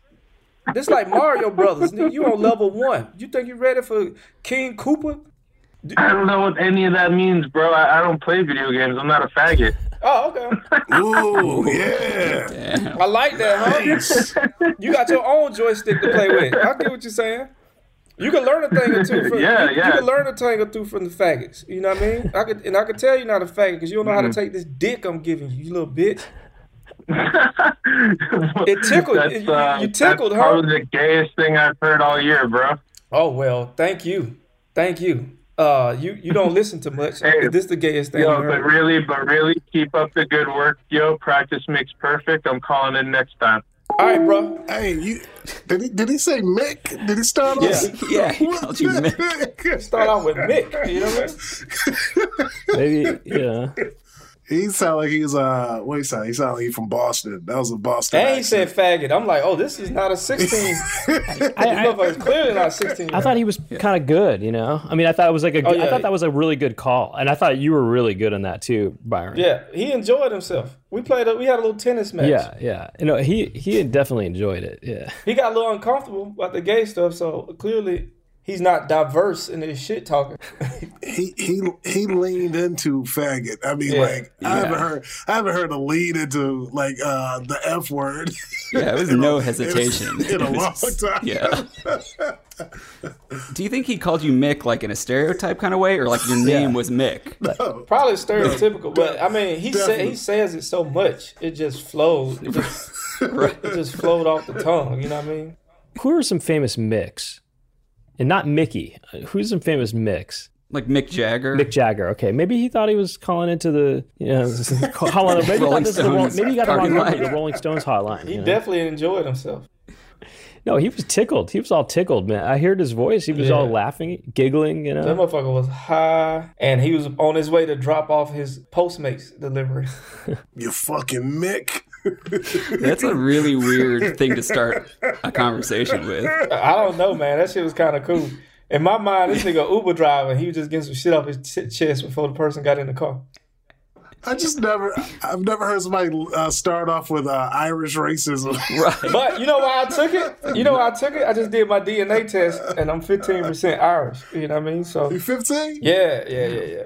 Speaker 5: This like Mario Brothers. nigga, You on level one. You think you ready for King Cooper?
Speaker 6: I don't know what any of that means, bro. I, I don't play video games. I'm not a faggot.
Speaker 5: Oh, okay.
Speaker 3: Ooh, yeah.
Speaker 5: I like that, huh?
Speaker 3: Nice.
Speaker 5: You got your own joystick to play with. I get what you're saying. You can learn a thing or two. From,
Speaker 6: Yeah,
Speaker 5: you, You
Speaker 6: yeah.
Speaker 5: can learn a thing or two from the faggots. You know what I mean? I could, and I could tell you're not a faggot because you don't know how to
Speaker 6: Mm-hmm.
Speaker 5: take this dick I'm giving you, you little bitch.
Speaker 6: it
Speaker 5: tickled. You- you- you tickled,
Speaker 6: uh, that's
Speaker 5: huh?
Speaker 6: Probably the gayest thing I've heard all year, bro.
Speaker 5: Oh well, thank you, thank you. Uh, you you don't listen to much.
Speaker 6: Hey,
Speaker 5: this the gayest thing.
Speaker 6: Yo,
Speaker 5: you
Speaker 6: but
Speaker 5: heard.
Speaker 6: really, but really, keep up the good work, yo. Practice makes perfect. I'm calling in next time.
Speaker 5: All right, bro.
Speaker 3: Hey, you did he did he say Mick? Did he start off?
Speaker 4: Yeah, yeah, <laughs> he called you Mick.
Speaker 3: <laughs>
Speaker 5: Start out with Mick. You know what I mean?
Speaker 2: Maybe, yeah.
Speaker 3: He sound like he was uh what he sound? He sound like he from Boston. That was a Boston.
Speaker 5: And he
Speaker 3: accent.
Speaker 5: said faggot. I'm like, oh, this is not a
Speaker 6: <laughs>
Speaker 5: 16. This
Speaker 2: I, I,
Speaker 5: motherfucker's clearly not a 16.
Speaker 2: I thought he was kind of good, you know? I mean, I thought it was like a,
Speaker 5: Oh, yeah.
Speaker 2: I thought that was a really good call. And I thought you were really good on that too, Byron.
Speaker 5: yeah, he enjoyed himself. We played. A, we had a little tennis match.
Speaker 2: Yeah, yeah. You know, he he definitely enjoyed it. Yeah.
Speaker 5: he got a little uncomfortable about the gay stuff. So clearly, he's not diverse in his shit talking.
Speaker 3: he he he leaned into faggot. I mean,
Speaker 5: Yeah,
Speaker 3: like I haven't
Speaker 4: yeah.
Speaker 3: heard I haven't heard a lean into like uh the F word <laughs>
Speaker 4: Yeah, it was no hesitation. <laughs>
Speaker 3: in a
Speaker 4: It was
Speaker 3: long
Speaker 4: just-
Speaker 3: time.
Speaker 4: Yeah. Do you think he called you Mick like in a stereotype kind of way, or like your name was Mick?
Speaker 5: Probably stereotypical, but I mean, he said
Speaker 3: Definitely.
Speaker 5: he says it so much, it just flowed. It just, it just flowed off the tongue. You know what I mean?
Speaker 2: Who are some famous Micks? And not Mickey. Who's some famous Micks?
Speaker 4: Like Mick Jagger?
Speaker 2: Mick Jagger. Okay, maybe he thought he was calling into the you know <laughs> calling maybe he thought
Speaker 4: Rolling
Speaker 2: this is the wrong-
Speaker 4: Stones
Speaker 2: maybe he got the wrong
Speaker 4: party
Speaker 2: number,
Speaker 4: line.
Speaker 2: the Rolling Stones hotline.
Speaker 5: He
Speaker 2: you know?
Speaker 5: definitely enjoyed himself.
Speaker 2: no, he was tickled. He was all tickled, man. I heard his voice. He was all
Speaker 5: Yeah.
Speaker 2: laughing, giggling. You
Speaker 5: That
Speaker 2: know,
Speaker 5: motherfucker was high, and he was on his way to drop off his Postmates delivery.
Speaker 3: You fucking Mick.
Speaker 4: That's a really weird thing to start a conversation with.
Speaker 5: I don't know, man. That shit was kind of cool. In my mind, this nigga Uber driver, he was just getting some shit off his t- chest before the person got in the car.
Speaker 3: I just never I've never heard somebody uh, start off with uh, Irish racism. <laughs>
Speaker 4: Right.
Speaker 5: But you know why I took it? You know why I took it? I just did my DNA test, and I'm 15% Irish. You know what I mean? So
Speaker 3: You fifteen?
Speaker 5: yeah, yeah, yeah, yeah.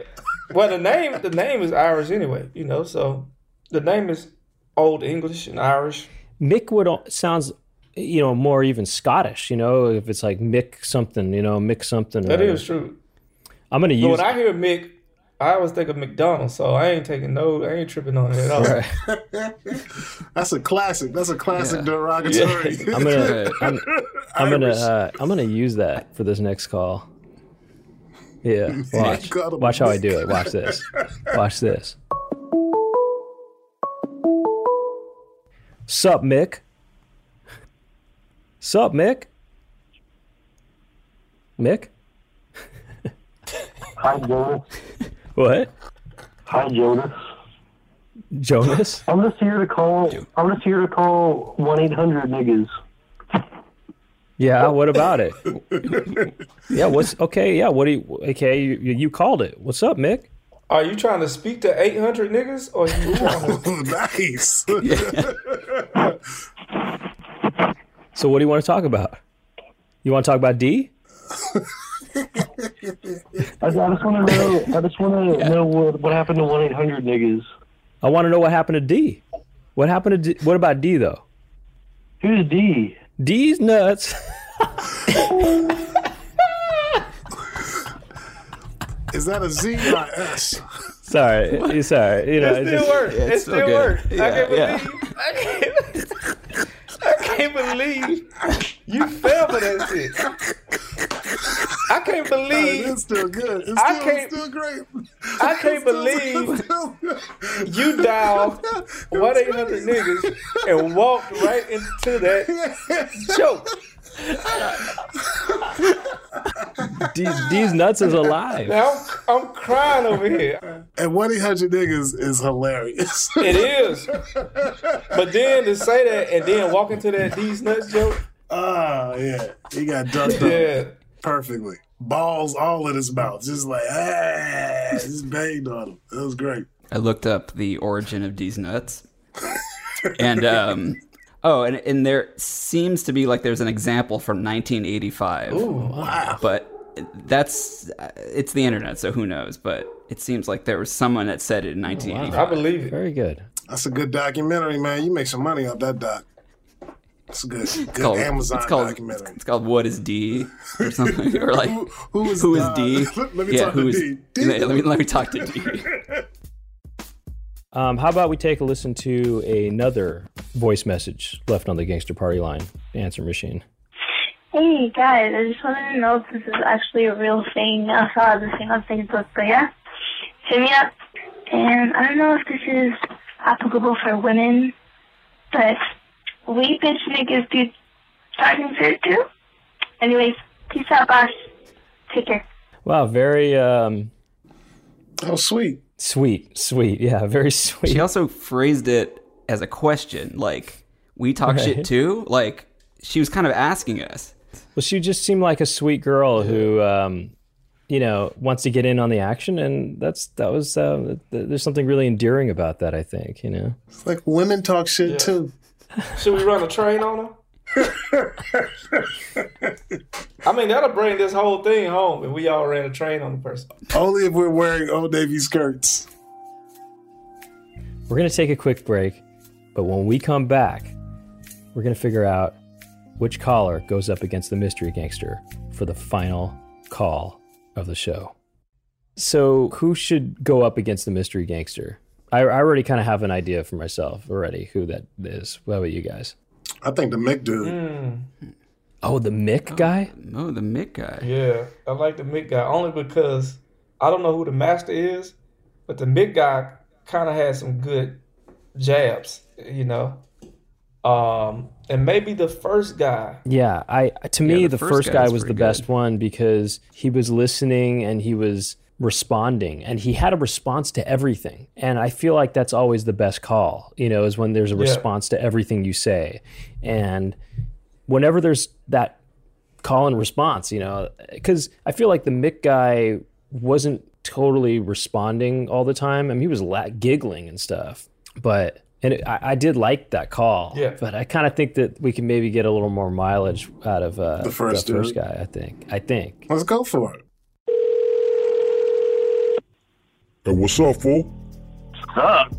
Speaker 5: Well, the name the name is Irish anyway. You know, so the name is Old English and Irish.
Speaker 2: Mick would al- sounds you know more even Scottish. You know, if it's like Mick something, you know, Mick something.
Speaker 5: That
Speaker 2: or-
Speaker 5: is true.
Speaker 2: I'm gonna
Speaker 5: But
Speaker 2: use.
Speaker 5: when I hear Mick, I always think of McDonald's. So I ain't taking no, I ain't tripping on it at all.
Speaker 3: That's a classic. That's a classic derogatory.
Speaker 2: I'm gonna.
Speaker 4: Right.
Speaker 2: I'm, I'm gonna. Uh, I'm gonna use that for this next call. Yeah, watch.
Speaker 3: Incredible.
Speaker 2: Watch how I do it. Watch this. Watch this. Sup, Mick? Sup, Mick? Mick?
Speaker 7: Hi, Jonas.
Speaker 2: What?
Speaker 7: Hi, Jonas.
Speaker 2: Jonas?
Speaker 7: I'm just here to call. I'm just here to call one eight hundred niggas.
Speaker 2: Yeah, what about it? Yeah, what's okay? Yeah, what do you okay? You, you called it. What's up, Mick?
Speaker 5: Are you trying to speak to 800 niggas or you trying to-
Speaker 3: <laughs>
Speaker 4: <laughs>
Speaker 3: nice.
Speaker 2: So, what do you want to talk about? You want to talk about D?
Speaker 7: I, I just want to
Speaker 6: <laughs>
Speaker 7: know. I just want to know what, what happened to one eight hundred niggas.
Speaker 2: I want to know what happened to D. What happened to D? What about D though?
Speaker 7: Who's D?
Speaker 2: D's nuts. <laughs>
Speaker 3: Is that a Z or a S?
Speaker 2: sorry, it's sorry. You know,
Speaker 5: It
Speaker 2: it's
Speaker 5: still
Speaker 2: just-
Speaker 5: work.
Speaker 4: yeah,
Speaker 5: it
Speaker 4: it's
Speaker 5: still
Speaker 4: still good.
Speaker 5: work. I
Speaker 4: Yeah,
Speaker 5: can't
Speaker 4: yeah.
Speaker 5: believe. <laughs> I can't, I can't believe you fell for that shit. I can't
Speaker 3: It's
Speaker 5: believe
Speaker 3: still good. It's still,
Speaker 5: I can't-
Speaker 3: it's still great.
Speaker 5: I can't
Speaker 3: It's still-
Speaker 5: you dialed
Speaker 3: <laughs>
Speaker 5: one eight hundred niggas and walked right into that joke.
Speaker 2: These, these nuts is
Speaker 5: <laughs>
Speaker 2: alive.
Speaker 5: Now I'm, I'm crying over here.
Speaker 3: and 1 800 niggas is hilarious.
Speaker 5: <laughs> It is, but then to say that and then walk into that these nuts joke.
Speaker 3: oh, yeah. He got ducked up
Speaker 5: Yeah,
Speaker 3: perfectly. Balls all in his mouth. Just like, ah, just banged on him. It was great.
Speaker 4: I looked up the origin of these nuts. and um oh, and and there seems to be like there's an example from 1985.
Speaker 3: Wow.
Speaker 4: But that's uh, it's the internet, so who knows, but it seems like there was someone that said it
Speaker 3: Oh,
Speaker 4: in 1985.
Speaker 5: I believe it.
Speaker 2: Very good.
Speaker 3: That's a good documentary, man. You make some money off that doc. It's a good, good
Speaker 4: called-
Speaker 3: Amazon
Speaker 4: it's called,
Speaker 3: documentary.
Speaker 4: <laughs> It's called What is D or something <laughs> or like
Speaker 3: Who- who is-
Speaker 4: who is
Speaker 3: uh,
Speaker 4: D?
Speaker 3: <laughs> let- let me talk to
Speaker 4: who is-
Speaker 3: D. D.
Speaker 4: Let, me let me talk to D.
Speaker 3: <laughs>
Speaker 2: Um, how about we take a listen to another voice message left on the gangster party line answer machine?
Speaker 9: Hey guys, I just wanted to know if this is actually a real thing. I saw this thing on Facebook, but yeah, hit me up. And I don't know if this is applicable for women, but we bitch niggas do talking shit too. Anyways, peace out, boss. Take care.
Speaker 2: Wow, very um,
Speaker 3: Oh, sweet.
Speaker 2: sweet, sweet. Yeah, very <laughs>
Speaker 4: She
Speaker 2: sweet.
Speaker 4: also phrased it as a question, like we talk shit too. Like she was kind of asking us.
Speaker 2: Well, she just seemed like a sweet girl who, um, you know, wants to get in on the action, and that's that was. Uh, th- there's something really endearing about that. I think you know.
Speaker 3: It's like women talk shit too.
Speaker 5: Should we run a train on them? I mean, that'll bring this whole thing home if we all ran a train on the person.
Speaker 3: Only if we're wearing Old Navy skirts.
Speaker 2: We're gonna take a quick break, but when we come back, we're gonna figure out which caller goes up against the mystery gangster for the final call of the show. So, who should go up against the mystery gangster? I, I already kind of have an idea for myself already who that is. What about you guys?
Speaker 3: I think the Mick dude.
Speaker 2: Oh, the Mick guy?
Speaker 4: Oh, the Mick guy.
Speaker 5: Yeah, I like the Mick guy only because I don't know who the master is, but the Mick guy kind of had some good jabs, you know. Um, and maybe the first guy.
Speaker 2: Yeah, I to me
Speaker 4: the
Speaker 2: the,
Speaker 4: first
Speaker 2: first,
Speaker 4: guy
Speaker 2: guy,
Speaker 4: was
Speaker 2: was the
Speaker 4: pretty
Speaker 2: best
Speaker 4: good.
Speaker 2: one because he was listening and he was responding and he had a response to everything. And I feel like that's always the best call, you know, is when there's a response to everything you say. And whenever there's that call and response, you know, cuz I feel like the Mick guy wasn't totally responding all the time. I mean, he was la- giggling and stuff, but and it, I, I did like that call.
Speaker 5: Yeah.
Speaker 2: But I kind of think that we can maybe get a little more mileage out of uh, the
Speaker 3: first
Speaker 2: first
Speaker 3: dude.
Speaker 2: guy. I think. I think.
Speaker 3: Let's go for it.
Speaker 10: Hey, what's up, fool?
Speaker 6: Suck.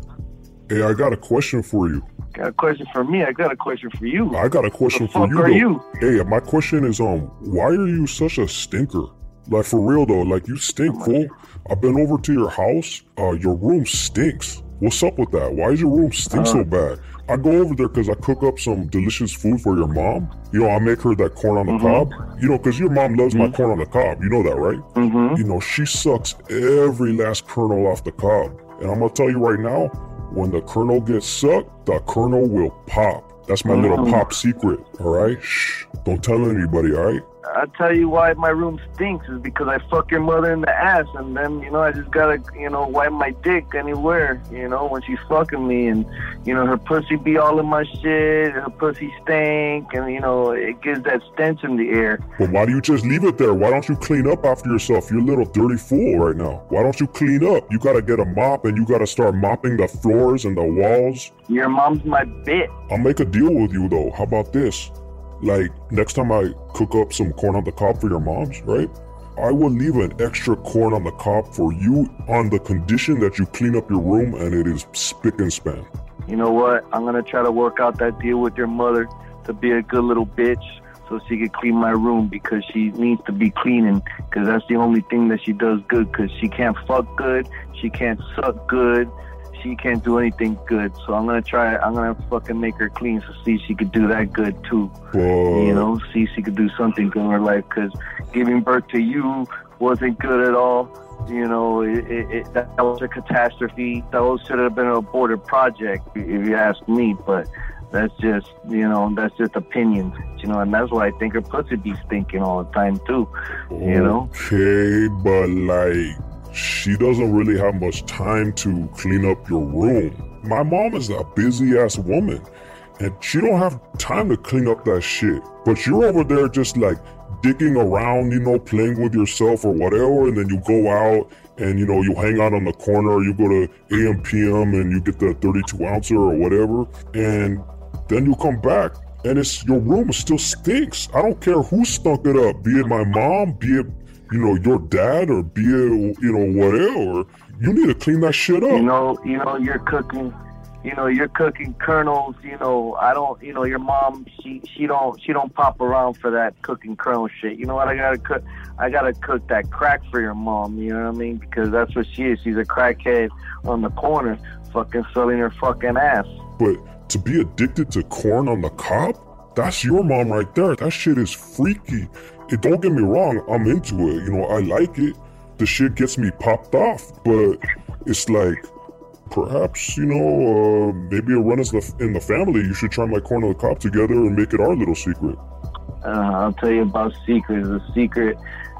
Speaker 10: Hey, I got a question for you.
Speaker 6: Got a question for me. I got a question for you.
Speaker 10: I got a question
Speaker 6: The
Speaker 10: for
Speaker 6: fuck
Speaker 10: you.
Speaker 6: are
Speaker 10: though. Hey, my question is um, why are you such a stinker? Like for real though, like you stink, fool. I've been over to your house. Uh, your room stinks. What's up with that? Why is your room stink so bad? I go over there because I cook up some delicious food for your mom. You know, I make her that corn on the
Speaker 6: Mm-hmm.
Speaker 10: cob. You know, because your mom loves my corn on the cob. You know that, right?
Speaker 6: Mm-hmm.
Speaker 10: You know, she sucks every last kernel off the cob. And I'm gonna tell you right now, when the kernel gets sucked, the kernel will pop. That's my little
Speaker 6: Mm-hmm.
Speaker 10: pop secret, all right? Shh, don't tell anybody, all right?
Speaker 6: I tell you why my room stinks is because I fuck your mother in the ass, and then you know I just gotta you know wipe my dick anywhere you know when she's fucking me, and you know her pussy be all in my shit, her pussy stink, and you know it gives that stench in the air.
Speaker 10: But why do you just leave it there? Why don't you clean up after yourself? You're a little dirty fool right now. Why don't you clean up? You gotta get a mop and you gotta start mopping the floors and the walls.
Speaker 6: Your mom's my bitch.
Speaker 10: I'll make a deal with you though. How about this? Like next time I cook up some corn on the cob for your mom's, right? I will leave an extra corn on the cob for you on the condition that you clean up your room and it is spick and span.
Speaker 6: You know what? I'm gonna try to work out that deal with your mother to be a good little bitch. So she could clean my room because she needs to be cleaning because that's the only thing that she does good because she can't fuck good, she can't suck good, She can't do anything good, so I'm gonna try. I'm gonna fucking make her clean, so see if she could do that good too. You know, see if she could do something good in her life, because giving birth to you wasn't good at all. You know, it, it, it, that was a catastrophe. That was, should have been an aborted project, if you ask me. But that's just, you know, that's just opinions. You know, and that's why I think her pussy be stinking all the time too. You know.
Speaker 10: Okay, but like, she doesn't really have much time to clean up your room. My mom is a busy ass woman, and she don't have time to clean up that shit. But you're over there just like digging around, you know, playing with yourself or whatever, and then you go out and you know you hang out on the corner, you go to AM PM and you get the 32 ouncer or whatever, and then you come back. And it's your room still stinks. I don't care who stunk it up, be it my mom, be it you know, your dad or be it, you know, whatever, you need to clean that shit up.
Speaker 6: You know, you know, you're cooking. You know, you're cooking kernels. You know, I don't. You know, your mom. She she don't she don't pop around for that cooking kernel shit. You know what? I gotta cook. I gotta cook that crack for your mom. You know what I mean? Because that's what she is. She's a crackhead on the corner, fucking selling her fucking ass.
Speaker 10: But to be addicted to corn on the cob, that's your mom right there. That shit is freaky. It, don't get me wrong, I'm into it. You know, I like it. The shit gets me popped off, but it's like, perhaps you know, uh, maybe a run is the, in the family. You should try my corn on the cob together and make it our little secret.
Speaker 6: Uh, I'll tell you about secrets. The secret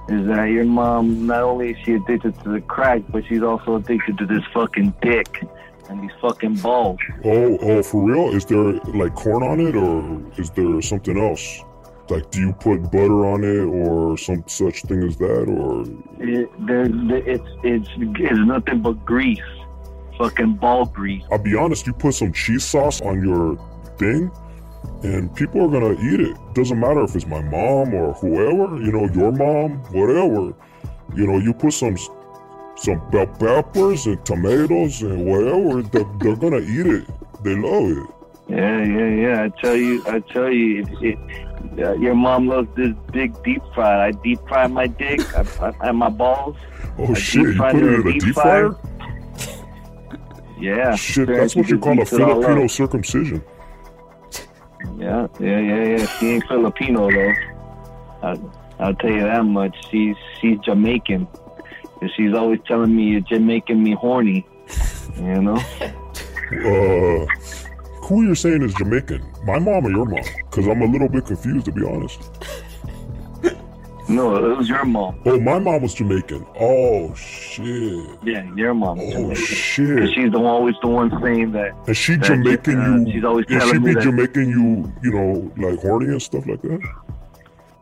Speaker 6: is that your mom not only is she addicted to the crack, but she's also addicted to this fucking dick and these fucking balls.
Speaker 10: Oh, oh, for real? Is there like corn on it, or is there something else? Like, do you put butter on it, or some such thing as that, or
Speaker 6: It, there, there- it's it's it's nothing but grease, fucking ball grease.
Speaker 10: I'll be honest, you put some cheese sauce on your thing, and people are gonna eat it. Doesn't matter if it's my mom or whoever, you know, your mom, whatever. You know, you put some some bell peppers and tomatoes and whatever, they're, they're gonna eat it. They love it.
Speaker 6: Yeah, yeah, yeah. I tell you, I tell you, it, it, uh, your mom loves this big deep fried. I deep fry my dick I, I, and my balls.
Speaker 10: Oh
Speaker 6: I
Speaker 10: shit, you
Speaker 6: deep-fry
Speaker 10: put
Speaker 6: them
Speaker 10: it in a deep fryer?
Speaker 6: Yeah.
Speaker 10: Shit,
Speaker 6: Yeah,
Speaker 10: that's
Speaker 6: she
Speaker 10: what you
Speaker 6: just
Speaker 10: call a
Speaker 6: eats it all up.
Speaker 10: Filipino circumcision.
Speaker 6: Yeah, yeah, yeah, yeah. She ain't Filipino though. I, I'll tell you that much. She's she's Jamaican, and she's always telling me you're Jamaican me horny. You
Speaker 10: <laughs>
Speaker 6: know.
Speaker 10: Uh, who you're saying is Jamaican? My mom or your mom? Because I'm a little bit confused, to be honest.
Speaker 6: No, it was your mom.
Speaker 10: Oh, my mom was Jamaican. Oh shit.
Speaker 6: Yeah, your mom.
Speaker 10: Oh shit.
Speaker 6: She's the one, always the one saying that.
Speaker 10: And she
Speaker 6: that,
Speaker 10: Jamaican
Speaker 6: uh,
Speaker 10: you?
Speaker 6: She's always
Speaker 10: yeah,
Speaker 6: telling
Speaker 10: she
Speaker 6: me
Speaker 10: be
Speaker 6: that.
Speaker 10: Jamaican you? You know, like horny and stuff like that.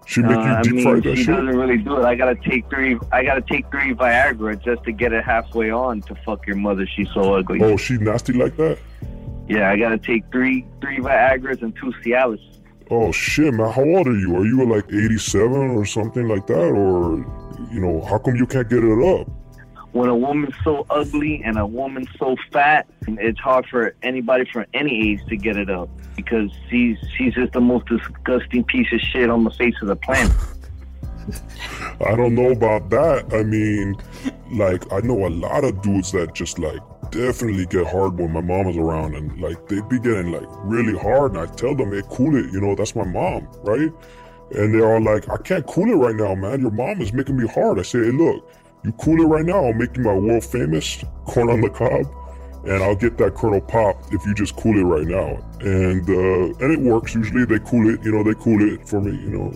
Speaker 10: She make
Speaker 6: Uh,
Speaker 10: you deep
Speaker 6: I
Speaker 10: fry
Speaker 6: mean,
Speaker 10: that
Speaker 6: she
Speaker 10: shit.
Speaker 6: doesn't really do it. I gotta take three. I gotta take three Viagra just to get it halfway on to fuck your mother. She's so ugly.
Speaker 10: Oh, she nasty like that.
Speaker 6: Yeah, I gotta take three three Viagra's and two Cialis.
Speaker 10: Oh shit, man! How old are you? Are you like 87 or something like that? Or you know, how come you can't get it up?
Speaker 6: When a woman's so ugly and a woman's so fat, it's hard for anybody from any age to get it up because she's she's just the most disgusting piece of shit on the face of the planet.
Speaker 10: I don't know about that. I mean, like I know a lot of dudes that just like definitely get hard when my mom is around, and like they be getting like really hard. And I tell them, "Hey, cool it," you know. That's my mom, right? And they're all like, "I can't cool it right now, man. Your mom is making me hard." I say, "Hey, look, you cool it right now. I'll make you my world famous <laughs> corn on the cob." And I'll get that kernel pop if you just cool it right now, and uh, and it works. Usually they cool it, you know, they cool it for me, you know.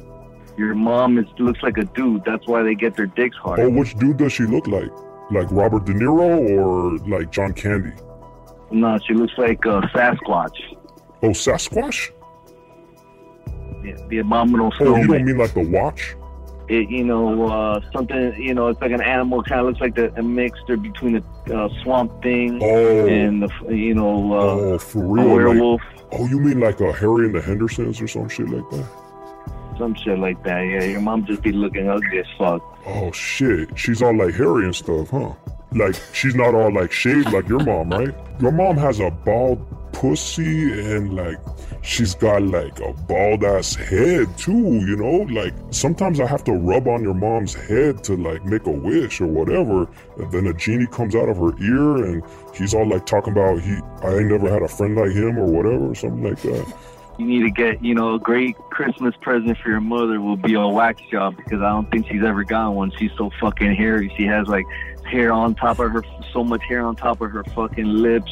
Speaker 6: Your mom is looks like a dude. That's why they get their dicks hard.
Speaker 10: Oh, which dude does she look like? Like Robert De Niro or like John Candy?
Speaker 6: No, she looks like a Sasquatch.
Speaker 10: Oh, Sasquatch?
Speaker 6: The, the abominable
Speaker 10: Oh, you
Speaker 6: snowman.
Speaker 10: don't mean like the watch?
Speaker 6: it, you know, uh, something, you know, it's like an animal, kind of looks like the, a mixture between the uh, swamp thing
Speaker 10: Oh.
Speaker 6: and the, f- you know, uh,
Speaker 10: Oh, for real? like-
Speaker 6: werewolf.
Speaker 10: oh, you mean like a Harry and the Hendersons or some shit like that?
Speaker 6: some shit like that. Yeah, your mom just be looking ugly as fuck.
Speaker 10: Oh shit, she's all like hairy and stuff, huh? Like she's not all like shaved like your mom, right? Your mom has a bald, pussy and like she's got like a bald ass head too, you know? Like sometimes I have to rub on your mom's head to like make a wish or whatever. And then a genie comes out of her ear and he's all like talking about he I ain't never had a friend like him or whatever or something like that.
Speaker 6: You need to get, you know, a great Christmas present for your mother will be a wax job because I don't think she's ever gotten one. She's so fucking hairy. She has like hair on top of her, so much hair on top of her fucking lips.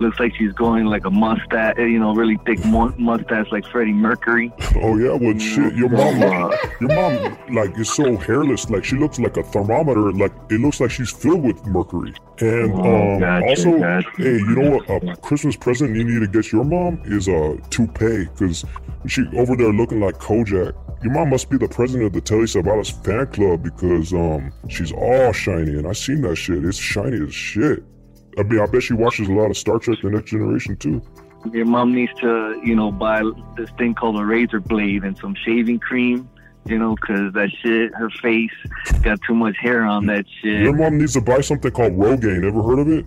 Speaker 6: Looks like she's going like a mustache, you know, really thick mu- mustache like Freddie Mercury. Uh,
Speaker 10: Oh yeah, well shit, your mom, your mom, like is so hairless. Like she looks like a thermometer. Like it looks like she's filled with mercury. And
Speaker 6: Oh,
Speaker 10: um,
Speaker 6: gotcha,
Speaker 10: also,
Speaker 6: gotcha.
Speaker 10: hey, you know what? A Christmas present you need to get your mom is a toupee because she over there looking like Kojak. Your mom must be the president of the Telly Savalas fan club because um she's all shiny and I seen that shit. It's shiny as shit. I mean, I bet she watches a lot of Star Trek: The Next Generation too.
Speaker 6: Your mom needs to, you know, buy this thing called a razor blade and some shaving cream, you know, 'cause that shit, her face got too much hair on that shit.
Speaker 10: Your mom needs to buy something called Rogaine. Ever heard of it?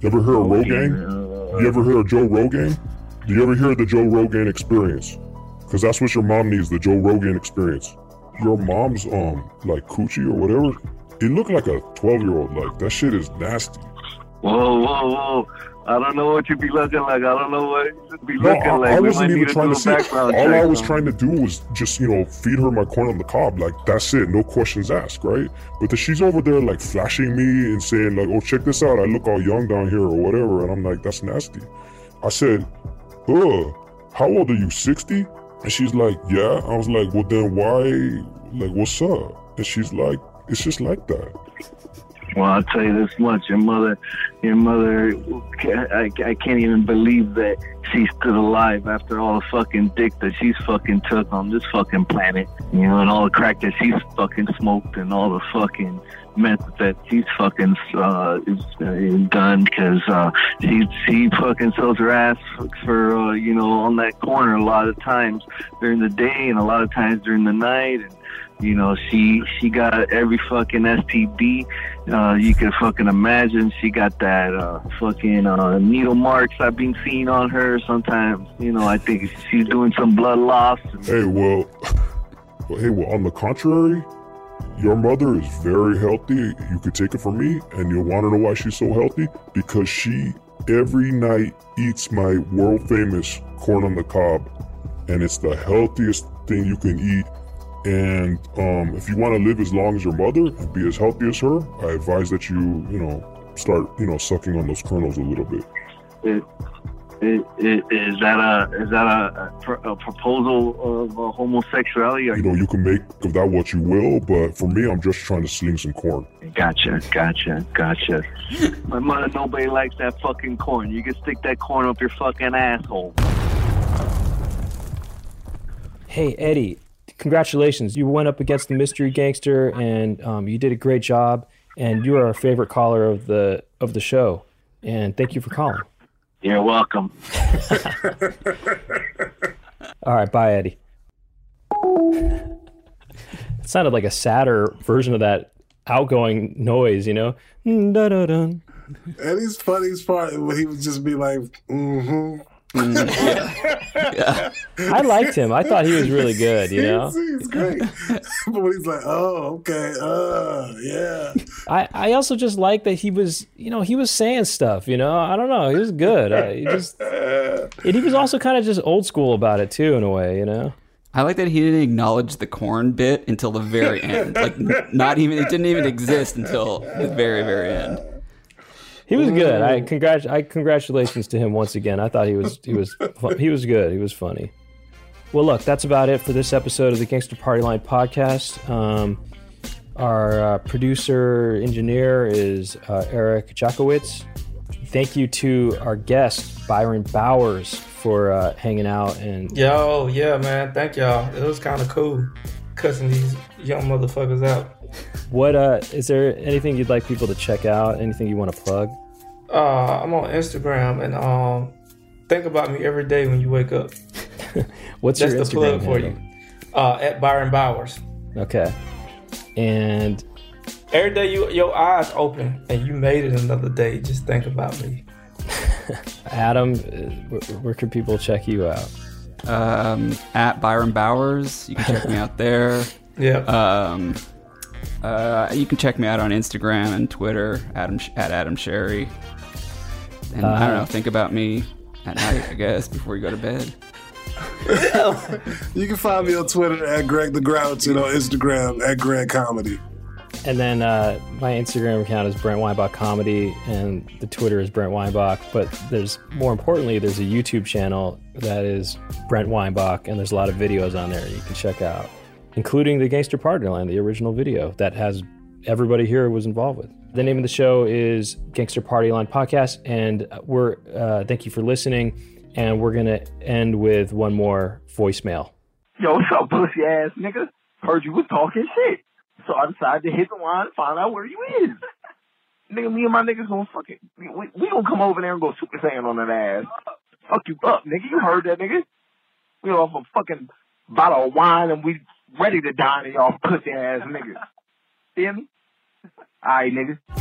Speaker 10: You ever hear of
Speaker 6: Oh,
Speaker 10: Rogaine? You ever hear of Joe Rogaine? Do you ever hear of the Joe Rogaine experience? Because that's what your mom needs, the Joe Rogaine experience. Your mom's, um, like coochie or whatever, it looked like a 12 year old. Like, that shit is nasty.
Speaker 6: Whoa, whoa, whoa. I don't know what you be looking like. I don't know what you be
Speaker 10: No,
Speaker 6: looking
Speaker 10: I,
Speaker 6: like.
Speaker 10: I
Speaker 6: We
Speaker 10: wasn't
Speaker 6: might
Speaker 10: even
Speaker 6: need to
Speaker 10: trying
Speaker 6: do
Speaker 10: to
Speaker 6: a
Speaker 10: see.
Speaker 6: background
Speaker 10: All I
Speaker 6: check
Speaker 10: was
Speaker 6: on-
Speaker 10: trying to do was just, you know, feed her my corn on the cob. Like, that's it. No questions asked, right? But then she's over there, like, flashing me and saying, like, oh, check this out. I look all young down here or whatever. And I'm like, that's nasty. I said, ugh, how old are you, 60? And she's like, yeah. I was like, well, then why, like, what's up? And she's like, it's just like that.
Speaker 6: Well, I'll tell you this much: your mother, your mother, I, I can't even believe that she's still alive after all the fucking dick that she's fucking took on this fucking planet, you know, and all the crack that she's fucking smoked and all the fucking meth that she's fucking uh, is, uh, done because uh, she she fucking sells her ass for uh, you know on that corner a lot of times during the day and a lot of times during the night and. You know, she she got every fucking STD uh, you can fucking imagine. She got that uh, fucking uh, needle marks I've been seeing on her. Sometimes, you know, I think she's doing some blood loss.
Speaker 10: Hey, well, <laughs> well, hey, well, on the contrary, your mother is very healthy. You could take it from me, and you'll want to know why she's so healthy because she every night eats my world famous corn on the cob, and it's the healthiest thing you can eat. And um, if you want to live as long as your mother and be as healthy as her, I advise that you, you know, start, you know, sucking on those kernels a little bit.
Speaker 6: It, it, it, is that a is that a, a, pr- a proposal of uh, homosexuality? Or
Speaker 10: You know, you can make of that what you will, but for me, I'm just trying to sling some corn.
Speaker 6: Gotcha, gotcha, gotcha. my mother, nobody likes that fucking corn. You can stick that corn up your fucking asshole.
Speaker 2: Hey, Eddie, congratulations. You went up against the mystery gangster and um, you did a great job. And you are our favorite caller of the of the show. And thank you for calling.
Speaker 6: You're welcome.
Speaker 2: All right, bye, Eddie. It sounded like a sadder version of that outgoing noise, you know? Mm, Dun-dun-dun.
Speaker 3: And his funniest part when he would just be like, mm-hmm.
Speaker 4: Mm,
Speaker 2: I liked him. I thought he was really good, you know?
Speaker 3: <laughs> He's, he's great. but when he's like, oh, okay, uh, yeah.
Speaker 2: I, I also just like that he was, you know, he was saying stuff, you know? I don't know. He was good. I, he just, and he was also kind of just old school about it, too, in a way, you know?
Speaker 4: I like that he didn't acknowledge the corn bit until the very end. Like, n- not even it didn't even exist until the very, very end.
Speaker 2: He was good.
Speaker 5: Mm.
Speaker 2: I congrat I congratulations to him once again. I thought he was he
Speaker 5: <laughs>
Speaker 2: was fu- he was good. He was funny. Well, look, that's about it for this episode of the Gangster Party Line podcast. Um, our uh, producer engineer is uh, Eric Jakowitz. Thank you to our guest Byron Bowers for uh, hanging out and
Speaker 5: Yo, yeah, man. Thank y'all. It was kind of cool cussing these young motherfuckers out.
Speaker 2: what uh, is there anything you'd like people to check out? Anything you want to plug?
Speaker 5: Uh, I'm on Instagram and um, think about me every day when you wake up.
Speaker 2: What's
Speaker 5: That's
Speaker 2: your
Speaker 5: the
Speaker 2: Instagram
Speaker 5: plug for
Speaker 2: handle?
Speaker 5: you. Uh, at Byron Bowers.
Speaker 2: Okay, and
Speaker 5: Every day you your eyes open and you made it another day. Just think about me.
Speaker 2: Adam, uh, where, where can people check you out?
Speaker 4: Um, at Byron Bowers. You can check me out there.
Speaker 5: Yeah.
Speaker 4: Um, uh, you can check me out on Instagram and Twitter, Adam at Adam Sherry. And I don't
Speaker 2: Uh,
Speaker 4: know. Think about me at night, I guess, before you go to bed.
Speaker 3: You can find me on Twitter at Greg the Grouch and on Instagram at Greg Comedy.
Speaker 2: And then uh, my Instagram account is Brent Weinbach Comedy, and the Twitter is Brent Weinbach. But there's more importantly, there's a YouTube channel that is Brent Weinbach, and there's a lot of videos on there you can check out, including the Gangster Partner Line, the original video that has everybody here was involved with. The name of the show is Gangster Party Line Podcast, and we're uh, thank you for listening, and we're gonna end with one more voicemail.
Speaker 6: Yo, what's up, pussy ass nigga? Heard you was talking shit. So I decided to hit the line and find out where you is. <laughs> nigga, me and my niggas gonna fucking, we, we, we gonna come over there and go Super Saiyan on that ass. Fuck you up, nigga. You heard that, nigga. We off a fucking bottle of wine and <laughs> we ready to dine on y'all pussy ass niggas. Feel me? Alright, nigga.